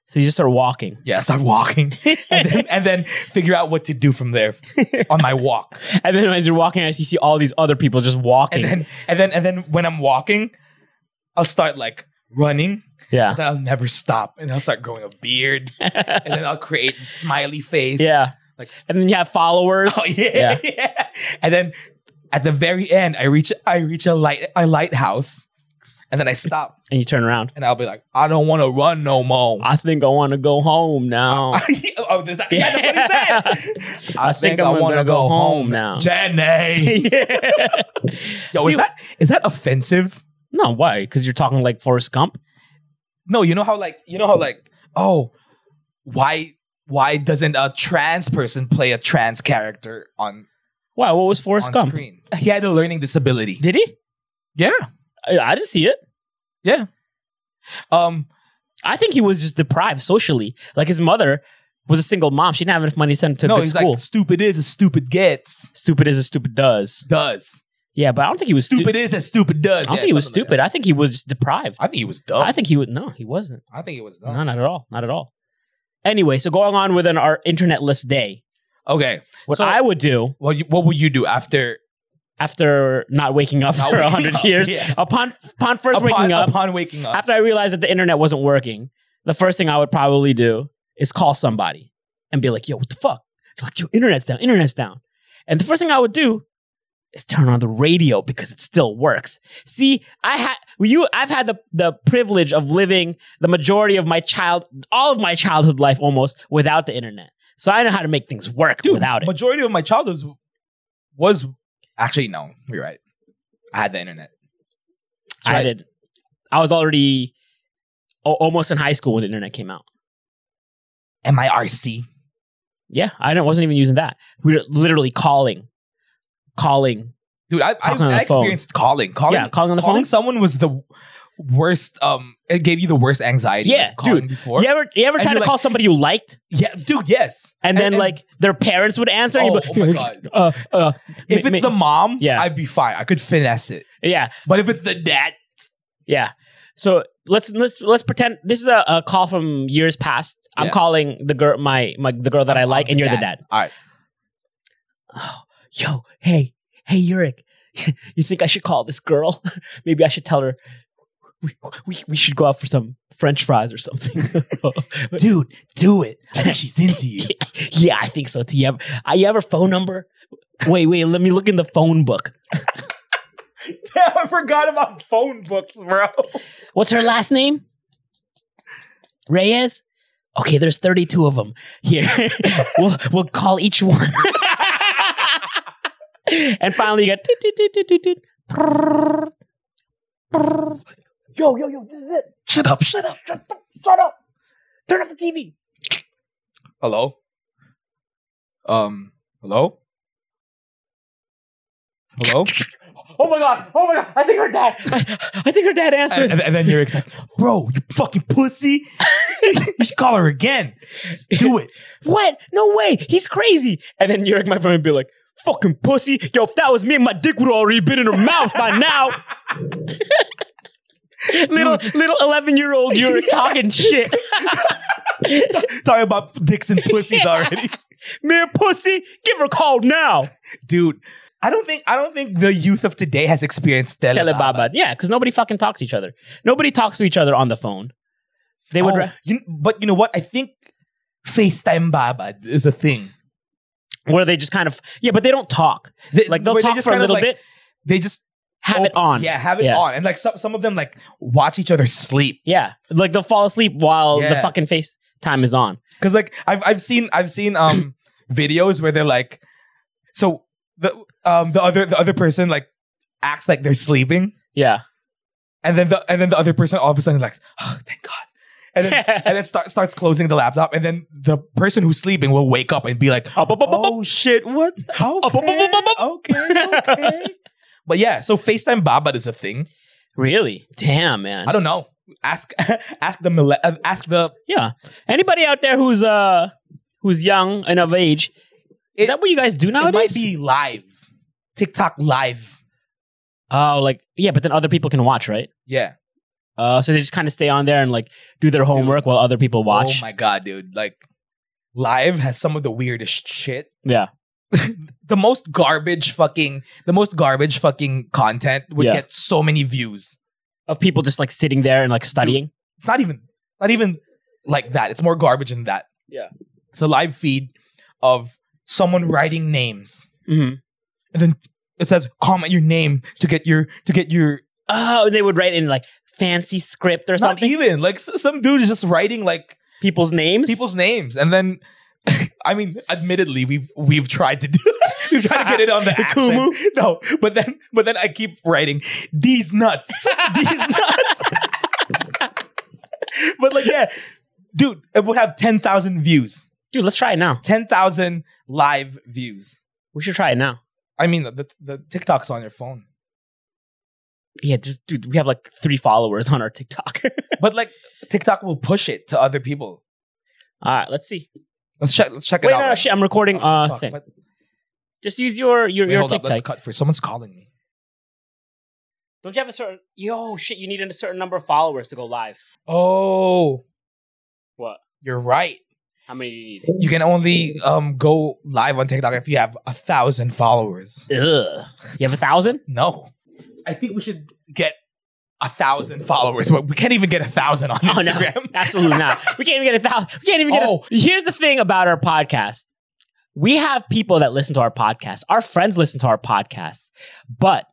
[SPEAKER 1] So you just start walking.
[SPEAKER 2] yeah start walking [LAUGHS] and, then, and then figure out what to do from there on my walk
[SPEAKER 1] [LAUGHS] And then as you're walking, I see see all these other people just walking.
[SPEAKER 2] and then and then and then when i'm walking i'll start like running
[SPEAKER 1] yeah.
[SPEAKER 2] and [LAUGHS] then i'll never stop and i'll start growing a beard and then i'll create smiley face
[SPEAKER 1] yeah.
[SPEAKER 2] Like-
[SPEAKER 1] and then you have followers.
[SPEAKER 2] [LAUGHS] Oh yeah, yeah. [LAUGHS] And then at the very end, I reach I reach a light a lighthouse, and then I stop,
[SPEAKER 1] And you turn around.
[SPEAKER 2] and I'll be like, I don't want to run no more. [LAUGHS]
[SPEAKER 1] I think I want to go home now. [LAUGHS]
[SPEAKER 2] oh, does that, yeah, that's what he said. I,
[SPEAKER 1] think I'm
[SPEAKER 2] wanna
[SPEAKER 1] gonna go home now. [LAUGHS]
[SPEAKER 2] Jenny.
[SPEAKER 1] Yeah.
[SPEAKER 2] Yo,
[SPEAKER 1] See,
[SPEAKER 2] is that is that offensive?
[SPEAKER 1] No, why? Because you're talking like Forrest Gump.
[SPEAKER 2] No, you know how like you know how like oh, why why doesn't a trans person play a trans character on
[SPEAKER 1] Wow, what was Forrest
[SPEAKER 2] on
[SPEAKER 1] Gump?
[SPEAKER 2] screen. [LAUGHS] He had a learning disability.
[SPEAKER 1] Did he?
[SPEAKER 2] Yeah.
[SPEAKER 1] I, I didn't see it.
[SPEAKER 2] Um.
[SPEAKER 1] I think he was just deprived socially. Like his mother was a single mom. She didn't have enough money to send him to
[SPEAKER 2] no,
[SPEAKER 1] good
[SPEAKER 2] he's
[SPEAKER 1] school.
[SPEAKER 2] like stupid is as stupid gets
[SPEAKER 1] stupid is as stupid does.
[SPEAKER 2] does.
[SPEAKER 1] Yeah, but I don't think he was stu-
[SPEAKER 2] Stupid is as stupid does.
[SPEAKER 1] I don't
[SPEAKER 2] Yeah,
[SPEAKER 1] think he was
[SPEAKER 2] something like
[SPEAKER 1] stupid. I think he was just deprived.
[SPEAKER 2] that. I think he was dumb.
[SPEAKER 1] I think he would. No, he wasn't.
[SPEAKER 2] I think he was dumb.
[SPEAKER 1] No, not at all. Not at all. Anyway, so going on with an our internetless day,
[SPEAKER 2] Okay.
[SPEAKER 1] what
[SPEAKER 2] So-
[SPEAKER 1] I would do
[SPEAKER 2] Well, you, what would you do after
[SPEAKER 1] after not waking up
[SPEAKER 2] Not
[SPEAKER 1] for a
[SPEAKER 2] waking
[SPEAKER 1] hundred
[SPEAKER 2] up,
[SPEAKER 1] years,
[SPEAKER 2] yeah.
[SPEAKER 1] upon upon first
[SPEAKER 2] upon
[SPEAKER 1] waking up,
[SPEAKER 2] upon waking up?
[SPEAKER 1] after I realized that the internet wasn't working, the first thing I would probably do is call somebody and be like, yo, what the fuck? They're like, yo, internet's down, internet's down. And the first thing I would do is turn on the radio because it still works. See, I had you I've had the, the privilege of living the majority of my child all of my childhood life almost without the internet. So I know how to make things work
[SPEAKER 2] Dude,
[SPEAKER 1] without it.
[SPEAKER 2] majority of my childhood was, was actually no. You're right. I had the internet. That's
[SPEAKER 1] I
[SPEAKER 2] right.
[SPEAKER 1] did. I was already a- almost in high school when the internet came out.
[SPEAKER 2] M I R C.
[SPEAKER 1] Yeah, I didn't, wasn't even using that. We were literally calling, calling.
[SPEAKER 2] Dude, I, I,
[SPEAKER 1] Talking on
[SPEAKER 2] I
[SPEAKER 1] the phone.
[SPEAKER 2] experienced calling. Calling,
[SPEAKER 1] yeah, calling on the
[SPEAKER 2] calling
[SPEAKER 1] phone.
[SPEAKER 2] someone was the worst. Um, it gave you the worst anxiety.
[SPEAKER 1] Yeah,
[SPEAKER 2] than calling Before,
[SPEAKER 1] You ever you ever
[SPEAKER 2] And
[SPEAKER 1] try to
[SPEAKER 2] you're
[SPEAKER 1] call somebody you liked,
[SPEAKER 2] yeah, dude, yes.
[SPEAKER 1] and, then like their parents would answer, and
[SPEAKER 2] Oh,
[SPEAKER 1] you'd be
[SPEAKER 2] oh my
[SPEAKER 1] like,
[SPEAKER 2] God.
[SPEAKER 1] [LAUGHS] Uh, uh,
[SPEAKER 2] if
[SPEAKER 1] ma-
[SPEAKER 2] it's
[SPEAKER 1] ma-
[SPEAKER 2] the mom,
[SPEAKER 1] Yeah.
[SPEAKER 2] I'd be fine. I could finesse it.
[SPEAKER 1] yeah,
[SPEAKER 2] But if it's the dad,
[SPEAKER 1] yeah. So let's let's let's pretend this is a, a call from years past. I'm
[SPEAKER 2] Yeah.
[SPEAKER 1] calling the girl my my the girl that i
[SPEAKER 2] I'm-
[SPEAKER 1] like,
[SPEAKER 2] I'm
[SPEAKER 1] and you're the
[SPEAKER 2] dad.
[SPEAKER 1] dad.
[SPEAKER 2] All right.
[SPEAKER 1] Oh, yo, hey, hey, Yurik, [LAUGHS] you think I should call this girl? [LAUGHS] Maybe I should tell her. We, we, we should go out for some French fries or something. [LAUGHS]
[SPEAKER 2] dude, do it. I think she's into you.
[SPEAKER 1] [LAUGHS] Yeah, I think so too. You ever, uh, you ever phone number? Wait, wait, let me look in the phone book.
[SPEAKER 2] Damn, [LAUGHS] I forgot about phone books, bro.
[SPEAKER 1] What's her last name? Reyes? Okay, there's 32 of them. Here, [LAUGHS] we'll, we'll call each one. [LAUGHS] and finally, you got. toot, toot, toot, toot, toot, toot. Prrrr. Prrrr. Yo, yo, yo, this is it.
[SPEAKER 2] [LAUGHS] Shut up, shut up.
[SPEAKER 1] Shut up. Shut up. Turn off the TV.
[SPEAKER 2] Hello? Um, hello? Hello?
[SPEAKER 1] Oh my God. Oh my God. I think her dad. [LAUGHS] I, I think her dad answered.
[SPEAKER 2] and, and- and then you're like, bro, you fucking pussy. [LAUGHS] you should call her again. Just do it.
[SPEAKER 1] What? No way. He's crazy. And then Yurik, my friend, would be like, fucking pussy. Yo, if that was me, my dick would already been in her mouth by now. [LAUGHS] Mm. little little 11 year old [LAUGHS] Yurik talking shit.
[SPEAKER 2] Talking about dicks and [LAUGHS] pussies already.
[SPEAKER 1] Mere pussy, give her a call now.
[SPEAKER 2] Dude, I don't think I don't think the youth of today has experienced telebaba.
[SPEAKER 1] Telebaba. Yeah, because nobody fucking talks to each other. Nobody talks to each other on the phone. They would.
[SPEAKER 2] Oh,
[SPEAKER 1] ra-
[SPEAKER 2] you, but you know what? I think FaceTime Baba is a thing.
[SPEAKER 1] where they just kind of. Yeah, but they don't talk.
[SPEAKER 2] They-
[SPEAKER 1] Like they'll
[SPEAKER 2] where they
[SPEAKER 1] talk
[SPEAKER 2] just
[SPEAKER 1] for a
[SPEAKER 2] kind of,
[SPEAKER 1] little
[SPEAKER 2] like,
[SPEAKER 1] bit,
[SPEAKER 2] They just
[SPEAKER 1] have it
[SPEAKER 2] open-
[SPEAKER 1] on.
[SPEAKER 2] Yeah, have it
[SPEAKER 1] Yeah.
[SPEAKER 2] on. And like some, some of them like watch each other sleep.
[SPEAKER 1] Yeah. Like they'll fall asleep while the
[SPEAKER 2] Yeah.
[SPEAKER 1] fucking FaceTime is on.
[SPEAKER 2] Cause like I've I've seen I've seen um [CLEARS THROAT] videos where they're like so the um the other the other person like acts like they're sleeping
[SPEAKER 1] Yeah.
[SPEAKER 2] and then the and then the other person all of a sudden like oh thank God. And
[SPEAKER 1] [LAUGHS]
[SPEAKER 2] then, and then start, starts closing the laptop, and then the person who's sleeping will wake up and be like,
[SPEAKER 1] Up, up, up, up, up.
[SPEAKER 2] "Oh shit, what? Oh,
[SPEAKER 1] up, up,
[SPEAKER 2] Okay,
[SPEAKER 1] up, up,
[SPEAKER 2] okay, okay." [LAUGHS] But yeah, so FaceTime Baba is a thing.
[SPEAKER 1] Really? Damn, man.
[SPEAKER 2] I don't know. Ask [LAUGHS] ask the mille- uh, ask the
[SPEAKER 1] yeah. Anybody out there who's uh who's young and of age, is
[SPEAKER 2] It-
[SPEAKER 1] that what you guys do
[SPEAKER 2] it might
[SPEAKER 1] nowadays?
[SPEAKER 2] be live TikTok live.
[SPEAKER 1] Oh, like yeah, but then other people can watch, right?
[SPEAKER 2] Yeah.
[SPEAKER 1] Uh, so they just kind of stay on there and like do their homework while other people watch.
[SPEAKER 2] Oh my god, dude! Like live has some of the weirdest shit.
[SPEAKER 1] yeah,
[SPEAKER 2] The most garbage fucking the most garbage fucking content would
[SPEAKER 1] Yeah.
[SPEAKER 2] get so many views.
[SPEAKER 1] of people just like sitting there and like studying.
[SPEAKER 2] It's not even it's not even like that. It's more garbage than that.
[SPEAKER 1] Yeah.
[SPEAKER 2] It's a live feed of someone writing names.
[SPEAKER 1] Mm-hmm.
[SPEAKER 2] And then it says comment your name to get your to get your
[SPEAKER 1] Oh, and they would write in like fancy script or
[SPEAKER 2] not
[SPEAKER 1] something.
[SPEAKER 2] even like s- some dude is just writing like
[SPEAKER 1] People's names.
[SPEAKER 2] people's names and then [LAUGHS] I mean, admittedly, we've we've tried to do [LAUGHS] we've tried to get it on
[SPEAKER 1] [LAUGHS]
[SPEAKER 2] the action.
[SPEAKER 1] Kumu?
[SPEAKER 2] No, but then but then I keep writing these nuts, these
[SPEAKER 1] [LAUGHS]
[SPEAKER 2] nuts. [LAUGHS] but like, yeah, dude, it would have ten thousand views,
[SPEAKER 1] Dude, let's try it now.
[SPEAKER 2] ten thousand live views.
[SPEAKER 1] We should try it now.
[SPEAKER 2] I mean, the, the TikTok's on your phone.
[SPEAKER 1] Yeah, just dude, we have like three followers on our TikTok. [LAUGHS]
[SPEAKER 2] But like TikTok will push it to other people.
[SPEAKER 1] All right, let's see.
[SPEAKER 2] Let's check. Let's check
[SPEAKER 1] Wait,
[SPEAKER 2] it out. Oh,
[SPEAKER 1] no, no, shit, I'm recording. uh,
[SPEAKER 2] fuck,
[SPEAKER 1] thing.
[SPEAKER 2] but-
[SPEAKER 1] Just use your your
[SPEAKER 2] wait,
[SPEAKER 1] your
[SPEAKER 2] hold up. Let's
[SPEAKER 1] TikTok.
[SPEAKER 2] cut for someone's calling me.
[SPEAKER 1] Don't you have a certain? Yo, shit, you need a certain number of followers to go live.
[SPEAKER 2] Oh,
[SPEAKER 1] What?
[SPEAKER 2] you're right.
[SPEAKER 1] How many do you
[SPEAKER 2] You can only um go live on TikTok if you have a thousand followers.
[SPEAKER 1] need? Ugh. You have a thousand?
[SPEAKER 2] No, I think we should get a thousand followers. But we can't even get a thousand on
[SPEAKER 1] Oh no,
[SPEAKER 2] Instagram.
[SPEAKER 1] absolutely not. We can't even get a thousand. We can't even get.
[SPEAKER 2] Oh.
[SPEAKER 1] A, here's the thing about our podcast: we have people that listen to our podcast. Our friends listen to our podcast, but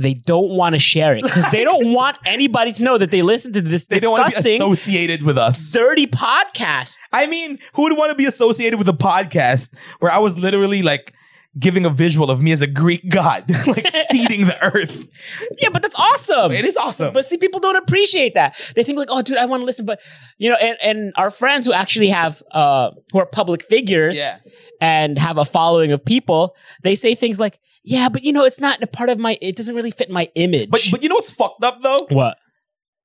[SPEAKER 1] they don't want to share it because
[SPEAKER 2] [LAUGHS]
[SPEAKER 1] they don't want anybody to know that they listen to
[SPEAKER 2] [LAUGHS]
[SPEAKER 1] this
[SPEAKER 2] they don't want to be
[SPEAKER 1] disgusting,
[SPEAKER 2] associated with us.
[SPEAKER 1] dirty podcast.
[SPEAKER 2] I mean, who would want to be associated with a podcast where I was literally like giving a visual of me as a Greek god, [LAUGHS]
[SPEAKER 1] [LAUGHS]
[SPEAKER 2] like seeding the earth?
[SPEAKER 1] Yeah, but that's awesome.
[SPEAKER 2] It is awesome.
[SPEAKER 1] But see, people don't appreciate that. They think like, oh, dude, I want to listen, but you know, and, and our friends who actually have uh who are public figures and have a following of people, they say things like, yeah, but you know, it's not a part of my. It doesn't really fit my image.
[SPEAKER 2] But but you know what's fucked up though?
[SPEAKER 1] what?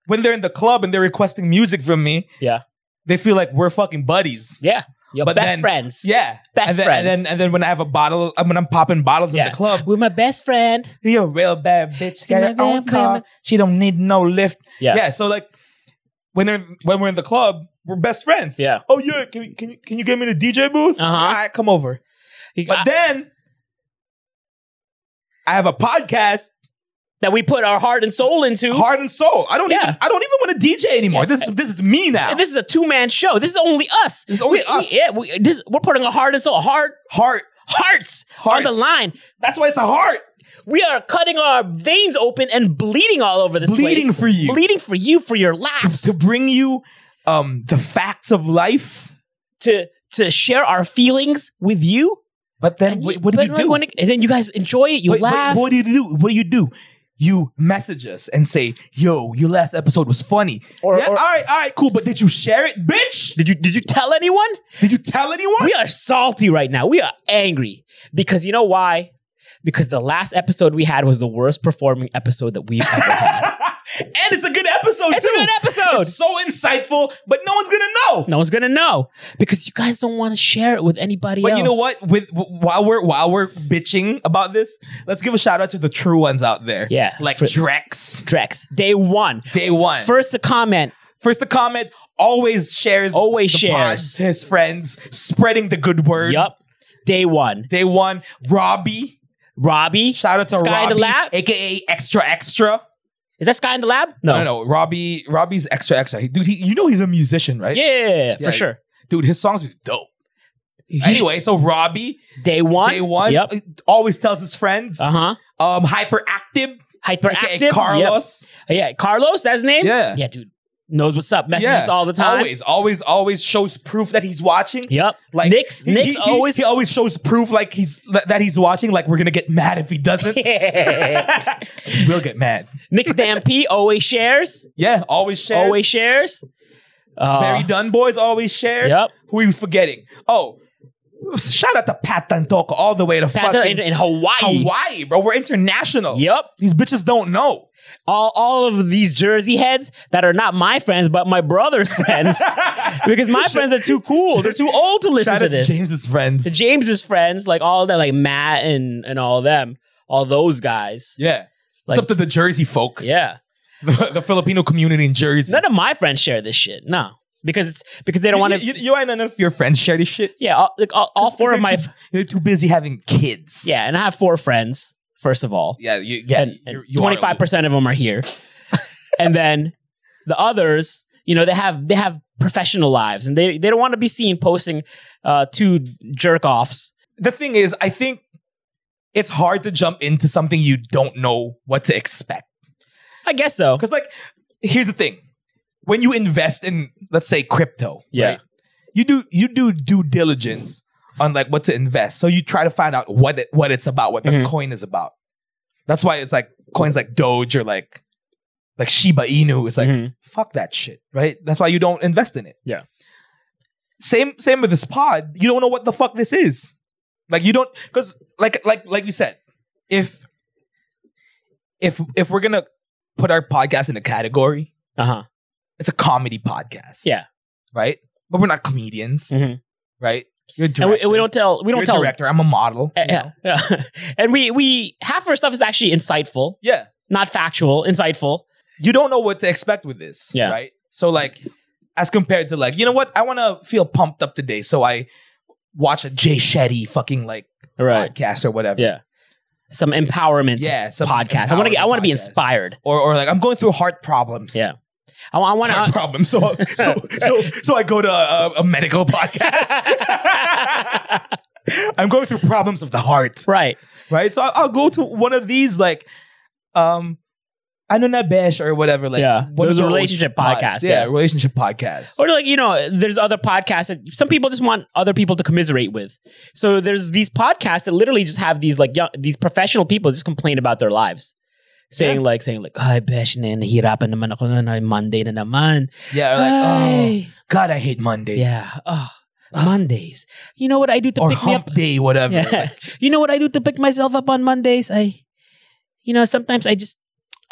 [SPEAKER 2] When they're in the club and they're requesting music from me,
[SPEAKER 1] Yeah.
[SPEAKER 2] they feel like we're fucking buddies.
[SPEAKER 1] Yeah, your
[SPEAKER 2] But
[SPEAKER 1] best
[SPEAKER 2] then-
[SPEAKER 1] friends.
[SPEAKER 2] Yeah,
[SPEAKER 1] Best
[SPEAKER 2] and then,
[SPEAKER 1] friends.
[SPEAKER 2] And then and then when I have a bottle, uh, when I'm popping bottles
[SPEAKER 1] Yeah.
[SPEAKER 2] at the club,
[SPEAKER 1] With my best friend.
[SPEAKER 2] you're a real bad bitch. She
[SPEAKER 1] See my
[SPEAKER 2] got her own
[SPEAKER 1] bad
[SPEAKER 2] car.
[SPEAKER 1] friend.
[SPEAKER 2] She don't need no lift.
[SPEAKER 1] Yeah.
[SPEAKER 2] yeah. So like when they're, when we're in the club, we're best friends.
[SPEAKER 1] Yeah.
[SPEAKER 2] oh yeah, can you- can you, can you get me the DJ booth?
[SPEAKER 1] Uh-huh.
[SPEAKER 2] All right, come over. But
[SPEAKER 1] I-
[SPEAKER 2] then I have a podcast,
[SPEAKER 1] that we put our heart and soul into.
[SPEAKER 2] Heart and Soul. I don't
[SPEAKER 1] Yeah.
[SPEAKER 2] even I don't even want to DJ anymore.
[SPEAKER 1] Yeah.
[SPEAKER 2] This is this is me now.
[SPEAKER 1] And This is a two man show. This is only us.
[SPEAKER 2] It's only
[SPEAKER 1] We- we-
[SPEAKER 2] us.
[SPEAKER 1] yeah, we, this, we're putting our heart and soul, heart,
[SPEAKER 2] heart.
[SPEAKER 1] hearts, on
[SPEAKER 2] Hearts.
[SPEAKER 1] the line.
[SPEAKER 2] That's why it's a heart.
[SPEAKER 1] We are cutting our veins open and bleeding all over this
[SPEAKER 2] Bleeding
[SPEAKER 1] place.
[SPEAKER 2] for you.
[SPEAKER 1] Bleeding for you, for your laughs.
[SPEAKER 2] To bring you um the facts of life.
[SPEAKER 1] to to share our feelings with you.
[SPEAKER 2] But then
[SPEAKER 1] And
[SPEAKER 2] what,
[SPEAKER 1] you-
[SPEAKER 2] what do
[SPEAKER 1] but
[SPEAKER 2] you
[SPEAKER 1] like
[SPEAKER 2] do?
[SPEAKER 1] when it- and then you guys enjoy it. You
[SPEAKER 2] Wait, wait,
[SPEAKER 1] laugh.
[SPEAKER 2] what do you do? What do you do? You message us and say, yo, your last episode was funny.
[SPEAKER 1] Or-
[SPEAKER 2] yeah,
[SPEAKER 1] or-
[SPEAKER 2] all right, all right, cool. But did you share it, bitch?
[SPEAKER 1] did you did you tell anyone?
[SPEAKER 2] Did you tell anyone?
[SPEAKER 1] We are salty right now. We are angry because you know why? Because the last episode we had was the worst performing episode that we've ever had.
[SPEAKER 2] [LAUGHS] and it's a good episode,
[SPEAKER 1] It's a
[SPEAKER 2] too.
[SPEAKER 1] good episode.
[SPEAKER 2] It's so insightful, but no one's gonna know.
[SPEAKER 1] no one's gonna know because you guys don't want to share it with anybody
[SPEAKER 2] But
[SPEAKER 1] else.
[SPEAKER 2] you know what? With w- while we're while we're bitching about this, let's give a shout out to the true ones out there.
[SPEAKER 1] Yeah.
[SPEAKER 2] like
[SPEAKER 1] For-
[SPEAKER 2] Drex,
[SPEAKER 1] Drex, day one,
[SPEAKER 2] day one. First,
[SPEAKER 1] first to comment.
[SPEAKER 2] first to comment, always shares,
[SPEAKER 1] Always
[SPEAKER 2] the
[SPEAKER 1] shares.
[SPEAKER 2] pod to his friends, spreading the good word.
[SPEAKER 1] Yup, day one.
[SPEAKER 2] Day one, Robbie.
[SPEAKER 1] Robbie,
[SPEAKER 2] Shout out to
[SPEAKER 1] Sky in
[SPEAKER 2] Robbie,
[SPEAKER 1] the lab.
[SPEAKER 2] aka Extra Extra.
[SPEAKER 1] Is that Sky in the lab?
[SPEAKER 2] No, no, no, Robbie. Robbie's Extra Extra. He- Dude, he, you know he's a musician, right?
[SPEAKER 1] Yeah, yeah, yeah,
[SPEAKER 2] Yeah.
[SPEAKER 1] for sure.
[SPEAKER 2] Dude, his songs are dope. Anyway, so Robbie,
[SPEAKER 1] day one.
[SPEAKER 2] day one,
[SPEAKER 1] Yep.
[SPEAKER 2] uh, always tells his friends,
[SPEAKER 1] Uh huh.
[SPEAKER 2] um, hyperactive,
[SPEAKER 1] Hyperactive.
[SPEAKER 2] aka Carlos.
[SPEAKER 1] Yep. Yeah, Carlos. That's his name.
[SPEAKER 2] Yeah.
[SPEAKER 1] Yeah, dude. Knows what's up. Messages all the time.
[SPEAKER 2] Always, always, always shows proof that he's watching.
[SPEAKER 1] Yep. Like Nick's.
[SPEAKER 2] he-
[SPEAKER 1] Nick's
[SPEAKER 2] he- he-
[SPEAKER 1] always.
[SPEAKER 2] he,
[SPEAKER 1] [LAUGHS]
[SPEAKER 2] always shows proof like he's that that he's watching. Like we're gonna get mad if he
[SPEAKER 1] [LAUGHS]
[SPEAKER 2] doesn't. we'll get mad.
[SPEAKER 1] Nick's damn P always shares.
[SPEAKER 2] Yeah, always shares.
[SPEAKER 1] Always shares. Uh,
[SPEAKER 2] Barry Dunn boys always share.
[SPEAKER 1] Yep.
[SPEAKER 2] Who are you forgetting? Oh, shout out to Pat Tantoka all the way to
[SPEAKER 1] Pat
[SPEAKER 2] fucking
[SPEAKER 1] in, in Hawaii.
[SPEAKER 2] Hawaii, bro. We're international.
[SPEAKER 1] Yep.
[SPEAKER 2] These bitches don't know.
[SPEAKER 1] All all of these Jersey heads that are not my friends, but my brother's [LAUGHS] friends. because my friends are too cool. They're too old to listen
[SPEAKER 2] Shout
[SPEAKER 1] to
[SPEAKER 2] out
[SPEAKER 1] this.
[SPEAKER 2] James's friends.
[SPEAKER 1] to James's friends, like all that, like Matt and and all them, all those guys.
[SPEAKER 2] yeah. What's
[SPEAKER 1] Like-
[SPEAKER 2] up to the Jersey folk,
[SPEAKER 1] Yeah,
[SPEAKER 2] [LAUGHS] the, the Filipino community in Jersey.
[SPEAKER 1] none of my friends share this shit. No, because it's because they don't want to.
[SPEAKER 2] You, you, you ain't none of your friends share this shit.
[SPEAKER 1] Yeah, all, like, all, all four of my.
[SPEAKER 2] They're too, they're too busy having kids.
[SPEAKER 1] Yeah, and I have four friends. First of all,
[SPEAKER 2] yeah, you, yeah.
[SPEAKER 1] and twenty five percent of them
[SPEAKER 2] [LAUGHS]
[SPEAKER 1] are here, and then the others, you know, they have they have professional lives, and they they don't want to be seen posting uh, two jerk offs.
[SPEAKER 2] The thing is, I think it's hard to jump into something you don't know what to expect.
[SPEAKER 1] I guess so.
[SPEAKER 2] Because, like, here's the thing: when you invest in, let's say, crypto,
[SPEAKER 1] Yeah.
[SPEAKER 2] you do you do due diligence on like what to invest. So you try to find out what it, what it's about, what the
[SPEAKER 1] Mhm.
[SPEAKER 2] coin is about. That's why it's like coins like Doge or like like Shiba Inu. It's like
[SPEAKER 1] Mhm.
[SPEAKER 2] fuck that shit, right? That's why you don't invest in it.
[SPEAKER 1] Yeah.
[SPEAKER 2] Same same with this pod. You don't know what the fuck this is. Like you don't because like like like you said, if if if we're gonna put our podcast in a category,
[SPEAKER 1] Uh huh.
[SPEAKER 2] it's a comedy podcast.
[SPEAKER 1] Yeah.
[SPEAKER 2] Right? But we're not comedians,
[SPEAKER 1] Mhm.
[SPEAKER 2] right? You're a
[SPEAKER 1] And
[SPEAKER 2] director.
[SPEAKER 1] we, we don't tell. We
[SPEAKER 2] You're
[SPEAKER 1] don't
[SPEAKER 2] a
[SPEAKER 1] tell.
[SPEAKER 2] director. I'm a model.
[SPEAKER 1] Eh,
[SPEAKER 2] you
[SPEAKER 1] Yeah,
[SPEAKER 2] know?
[SPEAKER 1] yeah. [LAUGHS] and we we half our stuff is actually insightful,
[SPEAKER 2] Yeah.
[SPEAKER 1] not factual. Insightful.
[SPEAKER 2] You don't know what to expect with this.
[SPEAKER 1] Yeah.
[SPEAKER 2] Right. So like as compared to like, you know what? I wanna feel pumped up today. So I watch a Jay Shetty fucking like
[SPEAKER 1] Right.
[SPEAKER 2] podcast or whatever.
[SPEAKER 1] Yeah. Some empowerment.
[SPEAKER 2] Yeah. Some
[SPEAKER 1] podcast. I want to get. I want to be
[SPEAKER 2] podcast.
[SPEAKER 1] inspired.
[SPEAKER 2] Or or like I'm going through heart problems.
[SPEAKER 1] Yeah. I, wa- I want
[SPEAKER 2] heart
[SPEAKER 1] to.
[SPEAKER 2] problems. So,
[SPEAKER 1] [LAUGHS]
[SPEAKER 2] so so so I go to a, a medical [LAUGHS] podcast. I'm going through problems of the heart,
[SPEAKER 1] [LAUGHS] right.
[SPEAKER 2] right? So I'll, I'll go to one of these like, um, Anunabesh or whatever. Like,
[SPEAKER 1] Yeah.
[SPEAKER 2] one of
[SPEAKER 1] Those
[SPEAKER 2] those
[SPEAKER 1] relationship
[SPEAKER 2] pods.
[SPEAKER 1] podcasts,
[SPEAKER 2] Yeah,
[SPEAKER 1] yeah.
[SPEAKER 2] relationship podcasts.
[SPEAKER 1] Or like you know, there's other podcasts that some people just want other people to commiserate with. So there's these podcasts that literally just have these like young, these professional people just complain about their lives, saying like saying like, "Ay, besh na nahirapan naman ako na Monday na naman."
[SPEAKER 2] yeah, or like, oh
[SPEAKER 1] Ay."
[SPEAKER 2] God, I hate Monday.
[SPEAKER 1] yeah. Oh, Mondays. You know what I do to
[SPEAKER 2] Or
[SPEAKER 1] pick me up?
[SPEAKER 2] hump day, whatever. Like,
[SPEAKER 1] Yeah. you know what I do to pick myself up on Mondays? I, you know, sometimes I just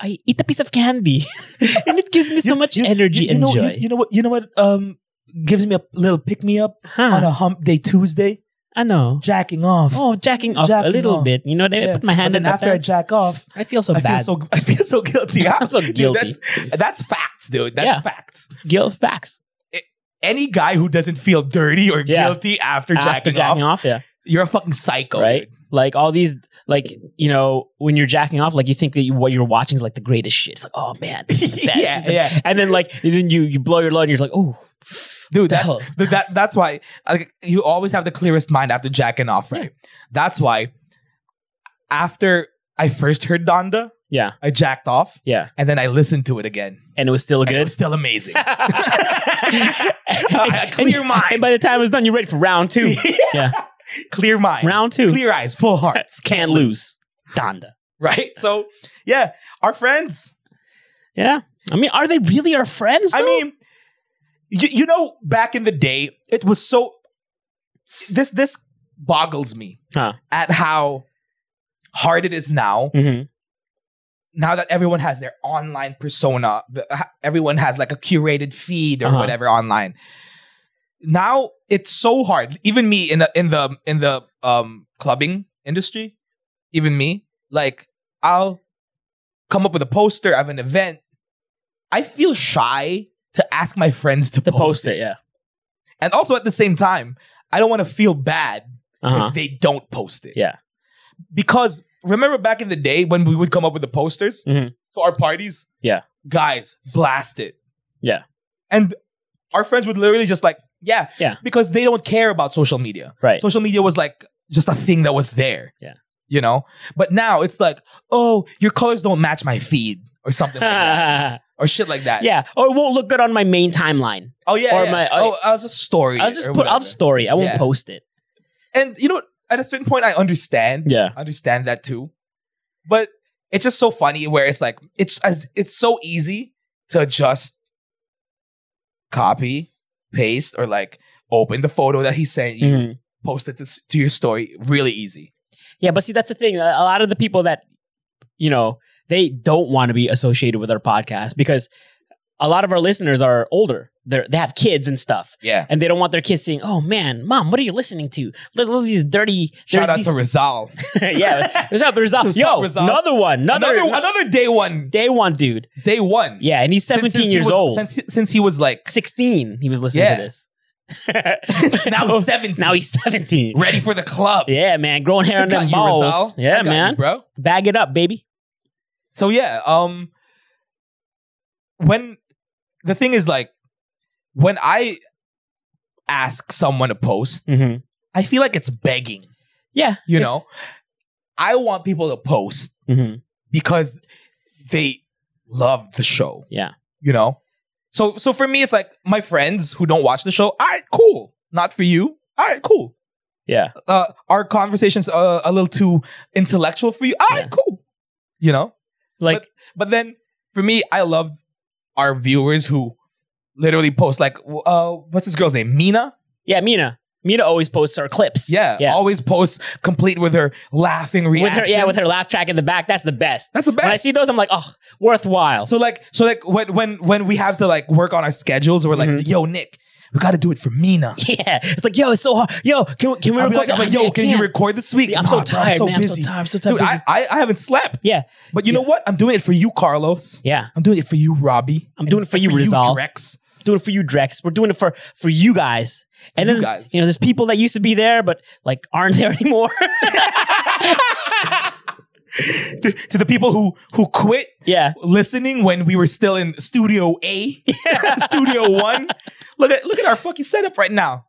[SPEAKER 1] I eat a piece of candy, [LAUGHS] and it gives me [LAUGHS]
[SPEAKER 2] you-
[SPEAKER 1] so much
[SPEAKER 2] you-
[SPEAKER 1] energy
[SPEAKER 2] you, you
[SPEAKER 1] and
[SPEAKER 2] know,
[SPEAKER 1] joy.
[SPEAKER 2] You, you know what? You know what? Um, gives me a little pick me up on
[SPEAKER 1] huh?
[SPEAKER 2] a hump day Tuesday,
[SPEAKER 1] I know.
[SPEAKER 2] jacking off.
[SPEAKER 1] Uh. Oh, jacking off a
[SPEAKER 2] Jacking
[SPEAKER 1] little
[SPEAKER 2] off.
[SPEAKER 1] bit. You know, I
[SPEAKER 2] Yeah.
[SPEAKER 1] put my
[SPEAKER 2] and
[SPEAKER 1] hand in
[SPEAKER 2] then
[SPEAKER 1] the
[SPEAKER 2] after I
[SPEAKER 1] fence.
[SPEAKER 2] jack off,
[SPEAKER 1] I feel so
[SPEAKER 2] I
[SPEAKER 1] bad.
[SPEAKER 2] feel so I feel so guilty.
[SPEAKER 1] [LAUGHS] I feel so
[SPEAKER 2] [LAUGHS] Dude,
[SPEAKER 1] guilty.
[SPEAKER 2] that's that's facts, dude. That's
[SPEAKER 1] Yeah.
[SPEAKER 2] facts.
[SPEAKER 1] Guilt facts.
[SPEAKER 2] Any guy who doesn't feel dirty or
[SPEAKER 1] Yeah.
[SPEAKER 2] guilty after jacking,
[SPEAKER 1] After jacking
[SPEAKER 2] off,
[SPEAKER 1] off, yeah,
[SPEAKER 2] you're a fucking psycho,
[SPEAKER 1] right.
[SPEAKER 2] dude.
[SPEAKER 1] Like all these, like you know, when you're jacking off, like you think that you, what you're watching is like the greatest shit. It's like, oh man,
[SPEAKER 2] [LAUGHS]
[SPEAKER 1] this is the best.
[SPEAKER 2] yeah,
[SPEAKER 1] This is the-
[SPEAKER 2] yeah,
[SPEAKER 1] And then like then you you blow your load and you're like, oh,
[SPEAKER 2] dude. That's,
[SPEAKER 1] hell?
[SPEAKER 2] dude, that that's why like you always have the clearest mind after jacking off, right? That's why after I first heard Donda,
[SPEAKER 1] [LAUGHS] yeah,
[SPEAKER 2] I jacked off,
[SPEAKER 1] yeah,
[SPEAKER 2] and then I listened to it again.
[SPEAKER 1] and it was still
[SPEAKER 2] And it
[SPEAKER 1] good.
[SPEAKER 2] was still amazing. [LAUGHS]
[SPEAKER 1] a
[SPEAKER 2] clear
[SPEAKER 1] and,
[SPEAKER 2] mind.
[SPEAKER 1] And by the time it's done, you're ready for round [LAUGHS] two. yeah,
[SPEAKER 2] Clear mind,
[SPEAKER 1] round two.
[SPEAKER 2] clear eyes, full
[SPEAKER 1] [LAUGHS]
[SPEAKER 2] hearts,
[SPEAKER 1] Can't lose, Donda.
[SPEAKER 2] right? So yeah, our friends.
[SPEAKER 1] Yeah, I mean, are they really our friends?
[SPEAKER 2] I
[SPEAKER 1] though?
[SPEAKER 2] mean, you, you know, back in the day, it was so. This this boggles me
[SPEAKER 1] Huh.
[SPEAKER 2] at how hard it is now.
[SPEAKER 1] Mhm.
[SPEAKER 2] Now that everyone has their online persona, the, ha- everyone has like a curated feed or
[SPEAKER 1] Uh-huh.
[SPEAKER 2] whatever online. Now it's so hard. Even me in the in the in the um clubbing industry, even me, like I'll come up with a poster of an event. I feel shy to ask my friends to,
[SPEAKER 1] to
[SPEAKER 2] post,
[SPEAKER 1] post
[SPEAKER 2] it.
[SPEAKER 1] it. Yeah.
[SPEAKER 2] And also at the same time, I don't want to feel bad
[SPEAKER 1] Uh huh.
[SPEAKER 2] if they don't post it.
[SPEAKER 1] Yeah.
[SPEAKER 2] Because remember back in the day when we would come up with the posters
[SPEAKER 1] Mhm.
[SPEAKER 2] to our parties?
[SPEAKER 1] Yeah.
[SPEAKER 2] Guys, blast it.
[SPEAKER 1] Yeah.
[SPEAKER 2] And our friends would literally just like, yeah.
[SPEAKER 1] Yeah.
[SPEAKER 2] Because they don't care about social media.
[SPEAKER 1] Right.
[SPEAKER 2] Social media was like just a thing that was there.
[SPEAKER 1] Yeah.
[SPEAKER 2] You know? But now it's like, oh, your colors don't match my feed or something like
[SPEAKER 1] [LAUGHS]
[SPEAKER 2] that. Or shit like that.
[SPEAKER 1] yeah. Or it won't look good on my main timeline.
[SPEAKER 2] Oh yeah.
[SPEAKER 1] Or
[SPEAKER 2] yeah.
[SPEAKER 1] my-
[SPEAKER 2] oh, I was a story.
[SPEAKER 1] I'll just
[SPEAKER 2] or
[SPEAKER 1] put. I'll
[SPEAKER 2] whatever.
[SPEAKER 1] story. I won't
[SPEAKER 2] Yeah.
[SPEAKER 1] post it.
[SPEAKER 2] and you know, at a certain point, I understand.
[SPEAKER 1] Yeah.
[SPEAKER 2] I understand that too. But it's just so funny where it's like it's as it's so easy to just copy, paste, or like open the photo that he sent you,
[SPEAKER 1] Mhm.
[SPEAKER 2] post it to, s- to your story. Really easy.
[SPEAKER 1] Yeah, but see, that's the thing. A a lot of the people that, you know, they don't want to be associated with our podcast because a lot of our listeners are older. They're, they have kids and stuff,
[SPEAKER 2] Yeah.
[SPEAKER 1] and they don't want their kids saying, "Oh man, mom, what are you listening to?" Look look at these dirty.
[SPEAKER 2] Shout
[SPEAKER 1] there's
[SPEAKER 2] out
[SPEAKER 1] these,
[SPEAKER 2] to Rizal.
[SPEAKER 1] [LAUGHS] yeah, there's up, there's
[SPEAKER 2] [LAUGHS]
[SPEAKER 1] up.
[SPEAKER 2] What's
[SPEAKER 1] Yo,
[SPEAKER 2] up, Rizal?
[SPEAKER 1] another one, another,
[SPEAKER 2] Another another day one.
[SPEAKER 1] day one dude.
[SPEAKER 2] Day one.
[SPEAKER 1] Yeah, and he's
[SPEAKER 2] Since-
[SPEAKER 1] 17
[SPEAKER 2] since he
[SPEAKER 1] years
[SPEAKER 2] was-
[SPEAKER 1] old.
[SPEAKER 2] Since, since he was
[SPEAKER 1] [LAUGHS]
[SPEAKER 2] like [LAUGHS]
[SPEAKER 1] 16, he was listening
[SPEAKER 2] Yeah.
[SPEAKER 1] to this.
[SPEAKER 2] [LAUGHS] now
[SPEAKER 1] Oh,
[SPEAKER 2] he's 17.
[SPEAKER 1] [LAUGHS] Now he's 17.
[SPEAKER 2] ready for the club.
[SPEAKER 1] Yeah, man, growing hair
[SPEAKER 2] I
[SPEAKER 1] on
[SPEAKER 2] got
[SPEAKER 1] them
[SPEAKER 2] you,
[SPEAKER 1] balls.
[SPEAKER 2] Rizal. I
[SPEAKER 1] Yeah,
[SPEAKER 2] got you,
[SPEAKER 1] man,
[SPEAKER 2] bro.
[SPEAKER 1] bag it up, baby.
[SPEAKER 2] So yeah, um when the thing is like when I ask someone to post,
[SPEAKER 1] Mm-hmm.
[SPEAKER 2] I feel like it's begging,
[SPEAKER 1] Yeah,
[SPEAKER 2] you know? [LAUGHS] I want people to post
[SPEAKER 1] Mm-hmm.
[SPEAKER 2] because they love the show.
[SPEAKER 1] Yeah.
[SPEAKER 2] You know? So so for me it's like my friends who don't watch the show, all right, cool. Not for you. All right, cool.
[SPEAKER 1] Yeah.
[SPEAKER 2] Uh our conversations are a little too intellectual for you. All right,
[SPEAKER 1] Yeah.
[SPEAKER 2] cool. You know?
[SPEAKER 1] Like,
[SPEAKER 2] But then for me, I love our viewers who literally post like, w- uh, what's this girl's name? Mina.
[SPEAKER 1] yeah, Mina. Mina always posts her clips.
[SPEAKER 2] Yeah,
[SPEAKER 1] yeah.
[SPEAKER 2] always posts complete with her laughing
[SPEAKER 1] with
[SPEAKER 2] reaction.
[SPEAKER 1] her, yeah, with her laugh track in the back. That's the best.
[SPEAKER 2] That's the
[SPEAKER 1] When I
[SPEAKER 2] best.
[SPEAKER 1] see those, I'm like, oh, worthwhile.
[SPEAKER 2] So like, so like when when when we have to like work on our schedules, we're like,
[SPEAKER 1] Mm-hmm.
[SPEAKER 2] yo, Nick, we got to do it for Mina.
[SPEAKER 1] [LAUGHS] yeah, it's like, yo, it's so hard. Yo, can, can we
[SPEAKER 2] I'll be
[SPEAKER 1] record?
[SPEAKER 2] like, I'm like, yo, can you record this week?
[SPEAKER 1] I'm so
[SPEAKER 2] Nah, bro,
[SPEAKER 1] tired, man. I'm so tired. I'm so tired.
[SPEAKER 2] Dude, I,
[SPEAKER 1] busy.
[SPEAKER 2] I, I haven't slept.
[SPEAKER 1] yeah,
[SPEAKER 2] But you know what? I'm doing it for you, Carlos.
[SPEAKER 1] Yeah.
[SPEAKER 2] I'm doing it for you, Robbie.
[SPEAKER 1] I'm doing it for you, Rizal.
[SPEAKER 2] Drex.
[SPEAKER 1] doing it for you, Drex. We're doing it for for you guys. And
[SPEAKER 2] you
[SPEAKER 1] then
[SPEAKER 2] guys.
[SPEAKER 1] you know, there's people that used to be there, but like aren't [LAUGHS] there anymore.
[SPEAKER 2] To, to the people who who quit
[SPEAKER 1] yeah,
[SPEAKER 2] listening when we were still in Studio A, Studio One. Look at look at our fucking setup right now.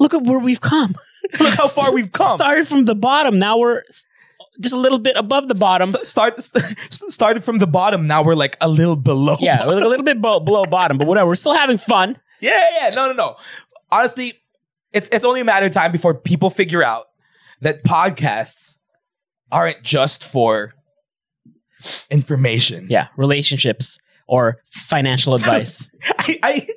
[SPEAKER 1] look at where we've come. [LAUGHS]
[SPEAKER 2] Look how far we've come.
[SPEAKER 1] Started from the bottom. Now we're s- just a little bit above the bottom.
[SPEAKER 2] St- start st- started from the bottom. Now we're like a little below.
[SPEAKER 1] yeah, we're a little bit bo- below bottom, but whatever. We're still having fun.
[SPEAKER 2] [LAUGHS] Yeah, yeah, no, no, no. Honestly, it's it's only a matter of time before people figure out that podcasts aren't just for information.
[SPEAKER 1] Yeah, relationships or
[SPEAKER 2] [LAUGHS]
[SPEAKER 1] financial advice.
[SPEAKER 2] I, I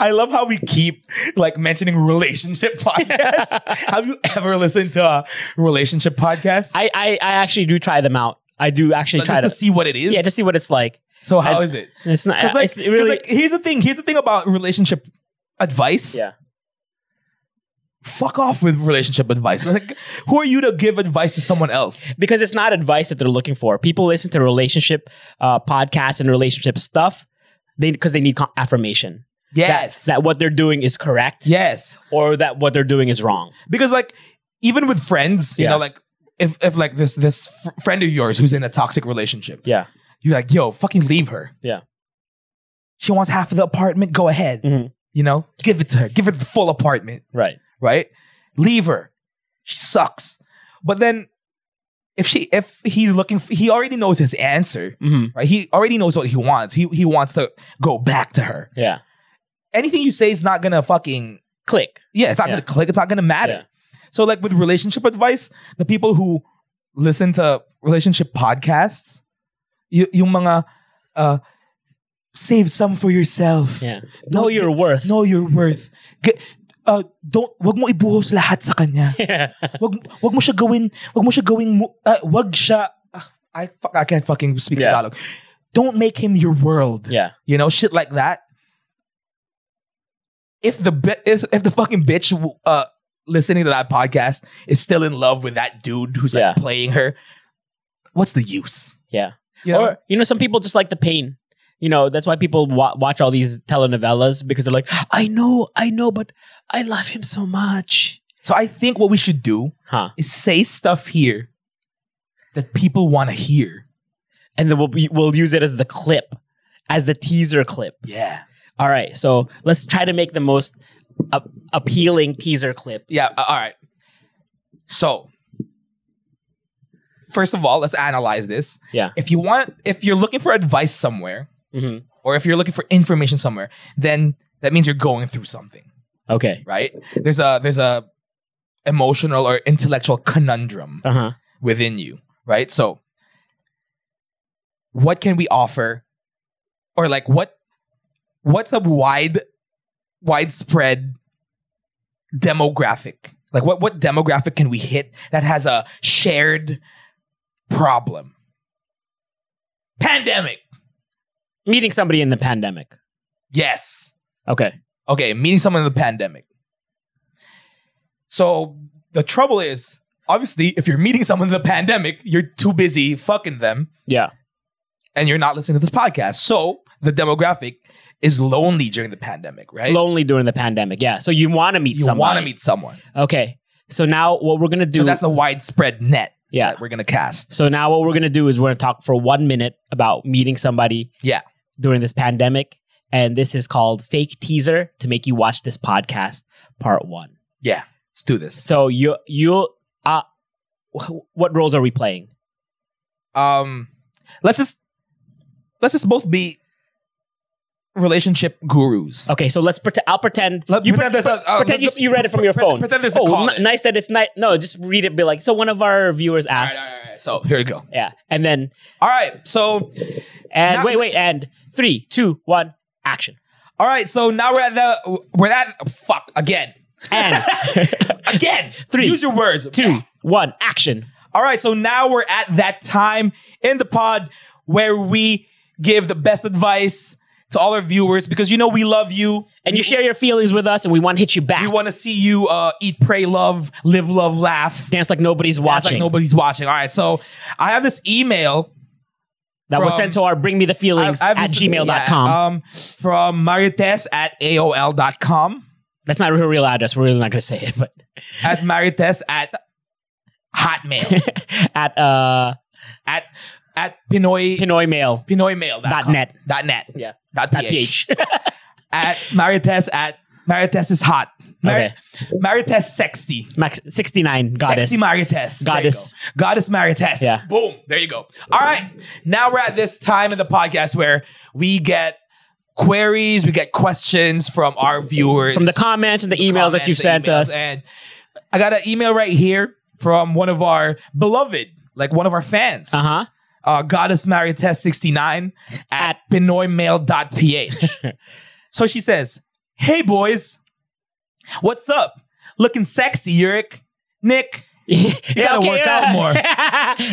[SPEAKER 2] I love how we keep like mentioning relationship [LAUGHS] podcasts. Have you ever listened to a relationship podcast?
[SPEAKER 1] I, I I actually do try them out. I do actually
[SPEAKER 2] Like,
[SPEAKER 1] try
[SPEAKER 2] just to
[SPEAKER 1] to
[SPEAKER 2] see what it is.
[SPEAKER 1] yeah, just see what it's like.
[SPEAKER 2] so how
[SPEAKER 1] I-
[SPEAKER 2] is it?
[SPEAKER 1] It's not.
[SPEAKER 2] Because like,
[SPEAKER 1] it's
[SPEAKER 2] 'cause,
[SPEAKER 1] really.
[SPEAKER 2] like, here's the thing. Here's the thing about relationship advice.
[SPEAKER 1] Yeah.
[SPEAKER 2] Fuck off with relationship advice. Like, who are you to give advice to someone else?
[SPEAKER 1] because it's not advice that they're looking for. People listen to relationship uh, podcasts and relationship stuff they because they need co- affirmation. That-
[SPEAKER 2] Yes.
[SPEAKER 1] that, what they're doing is correct,
[SPEAKER 2] yes.
[SPEAKER 1] or that what they're doing is wrong.
[SPEAKER 2] Because like, even with friends, you
[SPEAKER 1] Yeah.
[SPEAKER 2] know, like if if like this this fr- friend of yours who's in a toxic relationship,
[SPEAKER 1] Yeah,
[SPEAKER 2] you're like, yo, fucking leave her.
[SPEAKER 1] Yeah.
[SPEAKER 2] She wants half of the apartment. Go ahead.
[SPEAKER 1] Mhm.
[SPEAKER 2] You know, give it to her. Give her the full apartment.
[SPEAKER 1] right.
[SPEAKER 2] right? Leave her. She sucks. But then if she if he's looking f he already knows his answer,
[SPEAKER 1] hmm
[SPEAKER 2] right? He already knows what he wants. He he wants to go back to her.
[SPEAKER 1] Yeah,
[SPEAKER 2] Anything you say is not going to fucking
[SPEAKER 1] click.
[SPEAKER 2] yeah, it's not
[SPEAKER 1] Yeah.
[SPEAKER 2] going to click, it's not going to matter. So like with relationship advice, the people who listen to relationship podcasts, y- yung mga uh save some for yourself.
[SPEAKER 1] Yeah, know
[SPEAKER 2] Don't
[SPEAKER 1] your
[SPEAKER 2] get-
[SPEAKER 1] worth. [LAUGHS]
[SPEAKER 2] Know your worth. Get, uh, don't wag mo ibuhos lahat sa kanya. wag, wag mo siya gawin, wag mo siya gawing, mu- uh, wag siya, ah, I, fuck, I can't fucking speak
[SPEAKER 1] Yeah.
[SPEAKER 2] Tagalog. Don't make him your world.
[SPEAKER 1] yeah,
[SPEAKER 2] You know, shit like that. If the bi- is- if the fucking bitch uh, listening to that podcast is still in love with that dude who's
[SPEAKER 1] Yeah.
[SPEAKER 2] like playing her, what's the use?
[SPEAKER 1] yeah.
[SPEAKER 2] You know?
[SPEAKER 1] Or you know, some people just like the pain. You know, that's why people wa- watch all these telenovelas because they're like, I know, I know, but I love him so much.
[SPEAKER 2] so I think what we should do
[SPEAKER 1] Huh?
[SPEAKER 2] is say stuff here that people want to hear.
[SPEAKER 1] And then we'll we'll use it as the clip, as the teaser clip.
[SPEAKER 2] Yeah.
[SPEAKER 1] All right, so let's try to make the most a- appealing teaser clip.
[SPEAKER 2] Yeah. a- All right. So, first of all, let's analyze this.
[SPEAKER 1] Yeah.
[SPEAKER 2] If you want, if you're looking for advice somewhere,
[SPEAKER 1] hmm
[SPEAKER 2] or if you're looking for information somewhere, then that means you're going through something,
[SPEAKER 1] Okay.
[SPEAKER 2] right? There's a there's a emotional or intellectual conundrum
[SPEAKER 1] Uh huh.
[SPEAKER 2] within you, right? So, what can we offer, or like what what's a wide widespread demographic? Like what what demographic can we hit that has a shared problem? Pandemic.
[SPEAKER 1] Meeting somebody in the pandemic.
[SPEAKER 2] Yes.
[SPEAKER 1] Okay.
[SPEAKER 2] Okay, meeting someone in the pandemic. So the trouble is, obviously, if you're meeting someone in the pandemic, you're too busy fucking them
[SPEAKER 1] Yeah.
[SPEAKER 2] and you're not listening to this podcast. So the demographic is lonely during the pandemic, right?
[SPEAKER 1] Lonely during the pandemic. Yeah. So you want to meet
[SPEAKER 2] you
[SPEAKER 1] somebody.
[SPEAKER 2] want to meet someone.
[SPEAKER 1] Okay. So now what we're gonna do?
[SPEAKER 2] So that's the widespread net
[SPEAKER 1] yeah.
[SPEAKER 2] that we're going to cast.
[SPEAKER 1] So now what we're gonna do is we're gonna talk for one minute about meeting somebody.
[SPEAKER 2] Yeah.
[SPEAKER 1] During this pandemic, and this is called fake teaser to make you watch this podcast part one.
[SPEAKER 2] Yeah, let's do this.
[SPEAKER 1] So you you uh, wh- what roles are we playing?
[SPEAKER 2] Um, let's just let's just both be relationship gurus.
[SPEAKER 1] Okay, so let's pretend. I'll pretend.
[SPEAKER 2] Let-
[SPEAKER 1] Uh, you
[SPEAKER 2] pretend
[SPEAKER 1] pret-
[SPEAKER 2] there's a- uh,
[SPEAKER 1] pretend you,
[SPEAKER 2] let's-
[SPEAKER 1] you read it from your
[SPEAKER 2] pretend-
[SPEAKER 1] phone.
[SPEAKER 2] pretend there's a
[SPEAKER 1] oh,
[SPEAKER 2] call
[SPEAKER 1] n-
[SPEAKER 2] in.
[SPEAKER 1] nice that it's nice. No, just read it. Be like, so one of our viewers
[SPEAKER 2] All
[SPEAKER 1] asked.
[SPEAKER 2] right, all right, all right. So Oh, here we go.
[SPEAKER 1] Yeah, and then
[SPEAKER 2] All right, so
[SPEAKER 1] and
[SPEAKER 2] Now-
[SPEAKER 1] wait, wait, and three, two, one, action.
[SPEAKER 2] all right, so now we're at the we're at fuck again. [LAUGHS]
[SPEAKER 1] And
[SPEAKER 2] Again,
[SPEAKER 1] Three.
[SPEAKER 2] Use your words.
[SPEAKER 1] two, one, action.
[SPEAKER 2] All right, so now we're at that time in the pod where we give the best advice to all our viewers because you know we love you.
[SPEAKER 1] And you share your feelings with us, and we want to hit you back.
[SPEAKER 2] We want to see you uh, eat, pray, love, live, love, laugh.
[SPEAKER 1] dance like nobody's
[SPEAKER 2] That's
[SPEAKER 1] watching.
[SPEAKER 2] like nobody's watching. All right, so I have this email
[SPEAKER 1] that was
[SPEAKER 2] from-
[SPEAKER 1] sent to our bring me the feelings
[SPEAKER 2] I- I have
[SPEAKER 1] at
[SPEAKER 2] this-
[SPEAKER 1] gmail.com.
[SPEAKER 2] yeah, um, from Marites at AOL.com.
[SPEAKER 1] That's not her real address. We're really not going to say it, but [LAUGHS]
[SPEAKER 2] At Marites at
[SPEAKER 1] [LAUGHS]
[SPEAKER 2] Hotmail.
[SPEAKER 1] at uh,
[SPEAKER 2] at at Pinoy
[SPEAKER 1] Pinoy Mail.
[SPEAKER 2] Pinoy Mail
[SPEAKER 1] Dot net.
[SPEAKER 2] dot net
[SPEAKER 1] Yeah.
[SPEAKER 2] dot
[SPEAKER 1] At
[SPEAKER 2] ph
[SPEAKER 1] PH.
[SPEAKER 2] at Marites at Marites is hot. Mar-
[SPEAKER 1] Okay.
[SPEAKER 2] Marites sexy.
[SPEAKER 1] Max 69 goddess.
[SPEAKER 2] Sexy Marites. There you
[SPEAKER 1] Goddess.
[SPEAKER 2] go. Goddess Marites.
[SPEAKER 1] Yeah.
[SPEAKER 2] Boom. There you go. All right. Now we're at this time in the podcast where we get queries, we get questions from our viewers.
[SPEAKER 1] From the comments and the emails that
[SPEAKER 2] comments,
[SPEAKER 1] you've
[SPEAKER 2] the
[SPEAKER 1] sent
[SPEAKER 2] emails,
[SPEAKER 1] us.
[SPEAKER 2] And I got an email right here from one of our beloved, like one of our fans.
[SPEAKER 1] Uh [LAUGHS] huh.
[SPEAKER 2] uh, goddess marites 69 at
[SPEAKER 1] [LAUGHS]
[SPEAKER 2] pinoymail.ph. so she says, Hey boys, what's up? Looking sexy, Yurik. Nick,
[SPEAKER 1] you
[SPEAKER 2] gotta work out more.
[SPEAKER 1] [LAUGHS] more.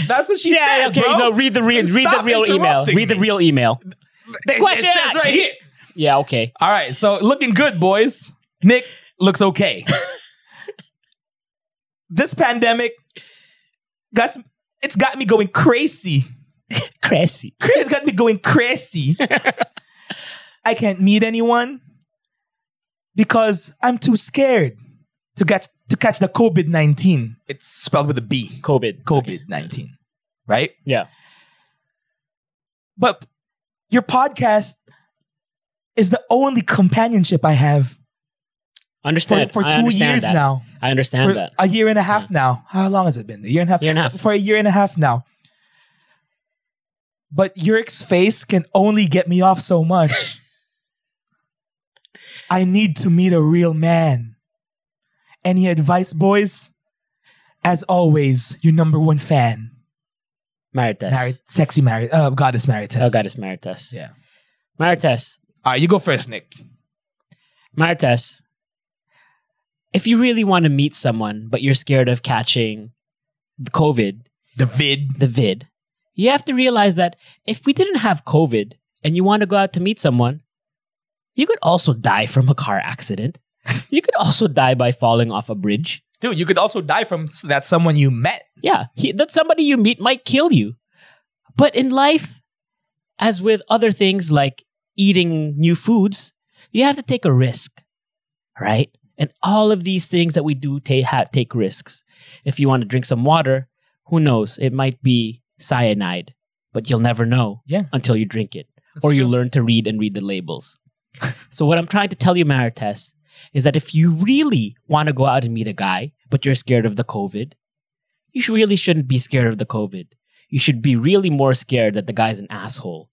[SPEAKER 2] that's what she
[SPEAKER 1] yeah,
[SPEAKER 2] said.
[SPEAKER 1] okay.
[SPEAKER 2] bro.
[SPEAKER 1] No, read the read, read the
[SPEAKER 2] Stop
[SPEAKER 1] real email.
[SPEAKER 2] interrupting
[SPEAKER 1] Read the
[SPEAKER 2] me.
[SPEAKER 1] real email.
[SPEAKER 2] It
[SPEAKER 1] question.
[SPEAKER 2] says right here.
[SPEAKER 1] Yeah, okay.
[SPEAKER 2] All right, so looking good, boys. Nick looks
[SPEAKER 1] [LAUGHS]
[SPEAKER 2] okay. this pandemic got it's got me going crazy.
[SPEAKER 1] Cressy.
[SPEAKER 2] Cra- It's got me going
[SPEAKER 1] [LAUGHS]
[SPEAKER 2] crazy. I can't meet anyone because I'm too scared to catch to catch the COVID nineteen. It's spelled with a B.
[SPEAKER 1] COVID.
[SPEAKER 2] COVID nineteen, right?
[SPEAKER 1] Yeah.
[SPEAKER 2] But your podcast is the only companionship I have for,
[SPEAKER 1] Understand.
[SPEAKER 2] for
[SPEAKER 1] I
[SPEAKER 2] two
[SPEAKER 1] understand
[SPEAKER 2] years
[SPEAKER 1] that.
[SPEAKER 2] now.
[SPEAKER 1] I understand
[SPEAKER 2] For
[SPEAKER 1] that.
[SPEAKER 2] a year and a half now. How long has it been? A year and a half.
[SPEAKER 1] Year and a [LAUGHS] half.
[SPEAKER 2] For a year and a half now. But Yurik's face can only get me off so
[SPEAKER 1] [LAUGHS]
[SPEAKER 2] much. I need to meet a real man. Any advice, boys? As always, your number one fan.
[SPEAKER 1] Maritas.
[SPEAKER 2] Mari- sexy married. Uh, goddess Marites.
[SPEAKER 1] Oh, God, it's Maritas.
[SPEAKER 2] Yeah.
[SPEAKER 1] Maritas.
[SPEAKER 2] All right, you go first, Nick.
[SPEAKER 1] Martes, if you really want to meet someone, but you're scared of catching the COVID,
[SPEAKER 2] The vid.
[SPEAKER 1] the vid, you have to realize that if we didn't have COVID and you want to go out to meet someone, you could also die from a car accident. [LAUGHS] you could also die by falling off a bridge.
[SPEAKER 2] Dude, you could also die from s- that someone you met.
[SPEAKER 1] Yeah, he, that somebody you meet might kill you. But in life, as with other things like eating new foods, you have to take a risk, right? And all of these things that we do ta- ha- take risks. If you want to drink some water, who knows? It might be cyanide, but you'll never know
[SPEAKER 2] Yeah.
[SPEAKER 1] until you drink it or you learn to read and read the labels. [LAUGHS] so what I'm trying to tell you, Marites, is that if you really want to go out and meet a guy, but you're scared of the COVID, you sh- really shouldn't be scared of the COVID. You should be really more scared that the guy's an asshole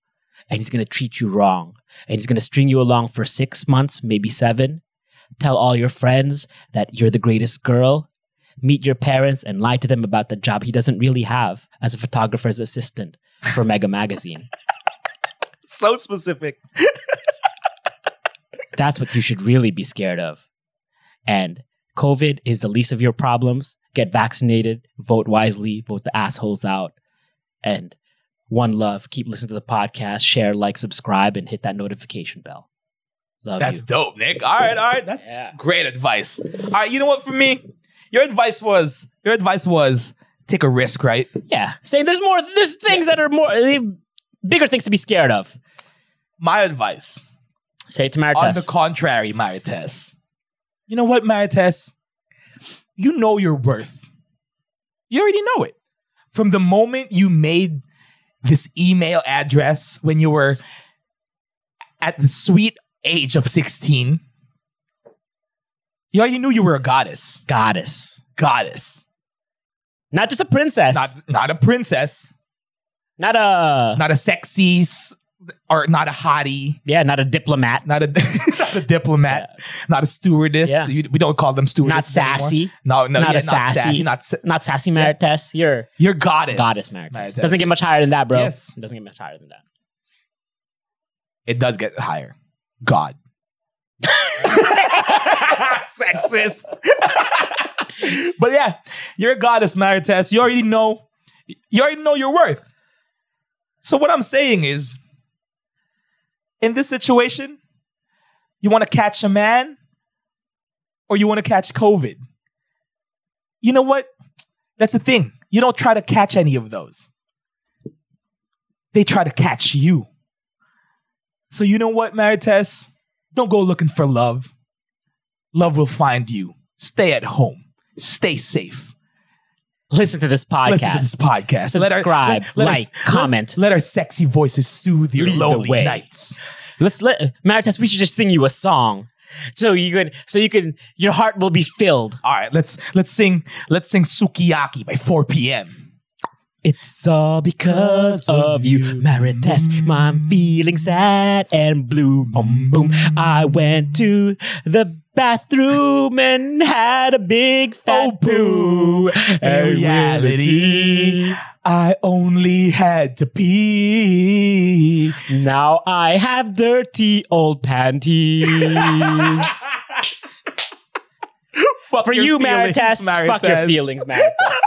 [SPEAKER 1] and he's going to treat you wrong and he's going to string you along for six months, maybe seven. Tell all your friends that you're the greatest girl. Meet your parents and lie to them about the job he doesn't really have as a photographer's assistant for Mega Magazine.
[SPEAKER 2] So specific.
[SPEAKER 1] That's what you should really be scared of. And COVID is the least of your problems. Get vaccinated, vote wisely, vote the assholes out. And one love, keep listening to the podcast, share, like, subscribe, and hit that notification bell. Love
[SPEAKER 2] That's
[SPEAKER 1] you.
[SPEAKER 2] dope, Nick. All right, all right. That's
[SPEAKER 1] Yeah.
[SPEAKER 2] Great advice. All right, you know what? For me, your advice was your advice was take a risk, right?
[SPEAKER 1] Yeah. Saying there's more, there's things that are more, eh, bigger things to be scared of.
[SPEAKER 2] My advice,
[SPEAKER 1] Say it to
[SPEAKER 2] on the
[SPEAKER 1] Maritas.
[SPEAKER 2] contrary, Marites. You know what, Marites? You know your worth. You already know it from the moment you made this email address when you were at the sweet age of sixteen. You already knew you were a goddess.
[SPEAKER 1] Goddess.
[SPEAKER 2] Goddess,
[SPEAKER 1] Not just a princess.
[SPEAKER 2] not
[SPEAKER 1] Not,
[SPEAKER 2] not a princess.
[SPEAKER 1] a,
[SPEAKER 2] not a sexy s- or not a hottie,
[SPEAKER 1] yeah, not a diplomat.
[SPEAKER 2] not a [LAUGHS] not a diplomat, not a stewardess.
[SPEAKER 1] Yeah.
[SPEAKER 2] You- we don't call them stewardess.
[SPEAKER 1] Not sassy.
[SPEAKER 2] No, no,
[SPEAKER 1] Not
[SPEAKER 2] yeah,
[SPEAKER 1] a sassy.
[SPEAKER 2] Not sa-
[SPEAKER 1] Not sassy Maritas. You're
[SPEAKER 2] you're goddess.
[SPEAKER 1] goddess
[SPEAKER 2] Marites.
[SPEAKER 1] Maritas. Doesn't get much higher than that, bro.
[SPEAKER 2] Yes.
[SPEAKER 1] Doesn't get much higher than that.
[SPEAKER 2] It does get higher. God. Sexist. [LAUGHS] but yeah, you're a goddess, Marites. You already know. You already know your worth. So what I'm saying is, in this situation, you want to catch a man, or you want to catch COVID. You know what? That's the thing. You don't try to catch any of those. They try to catch you. So you know what, Marites? Don't go looking for love. Love will find you. Stay at home. Stay safe.
[SPEAKER 1] Listen to this
[SPEAKER 2] Listen to
[SPEAKER 1] podcast.
[SPEAKER 2] this podcast. Let our-
[SPEAKER 1] Subscribe, like, comment.
[SPEAKER 2] Let, let our sexy voices soothe your
[SPEAKER 1] Lead the
[SPEAKER 2] lonely
[SPEAKER 1] way.
[SPEAKER 2] nights.
[SPEAKER 1] Let's let Maritas. We should just sing you a song, so you could, so you can, your heart will be filled.
[SPEAKER 2] All right, let's let's sing let's sing Sukiyaki by 4 p.m.
[SPEAKER 1] It's all because of you, Mm. Marites. I'm feeling sad and blue. Boom, boom. I went to the bathroom and had a big fat
[SPEAKER 2] Oh,
[SPEAKER 1] poo.
[SPEAKER 2] boo.
[SPEAKER 1] And
[SPEAKER 2] Reality.
[SPEAKER 1] reality,
[SPEAKER 2] I only had to pee.
[SPEAKER 1] now I have dirty old [LAUGHS] panties.
[SPEAKER 2] Fuck
[SPEAKER 1] For
[SPEAKER 2] your
[SPEAKER 1] you,
[SPEAKER 2] feelings,
[SPEAKER 1] Marites, fuck your
[SPEAKER 2] Marites.
[SPEAKER 1] feelings, Marites.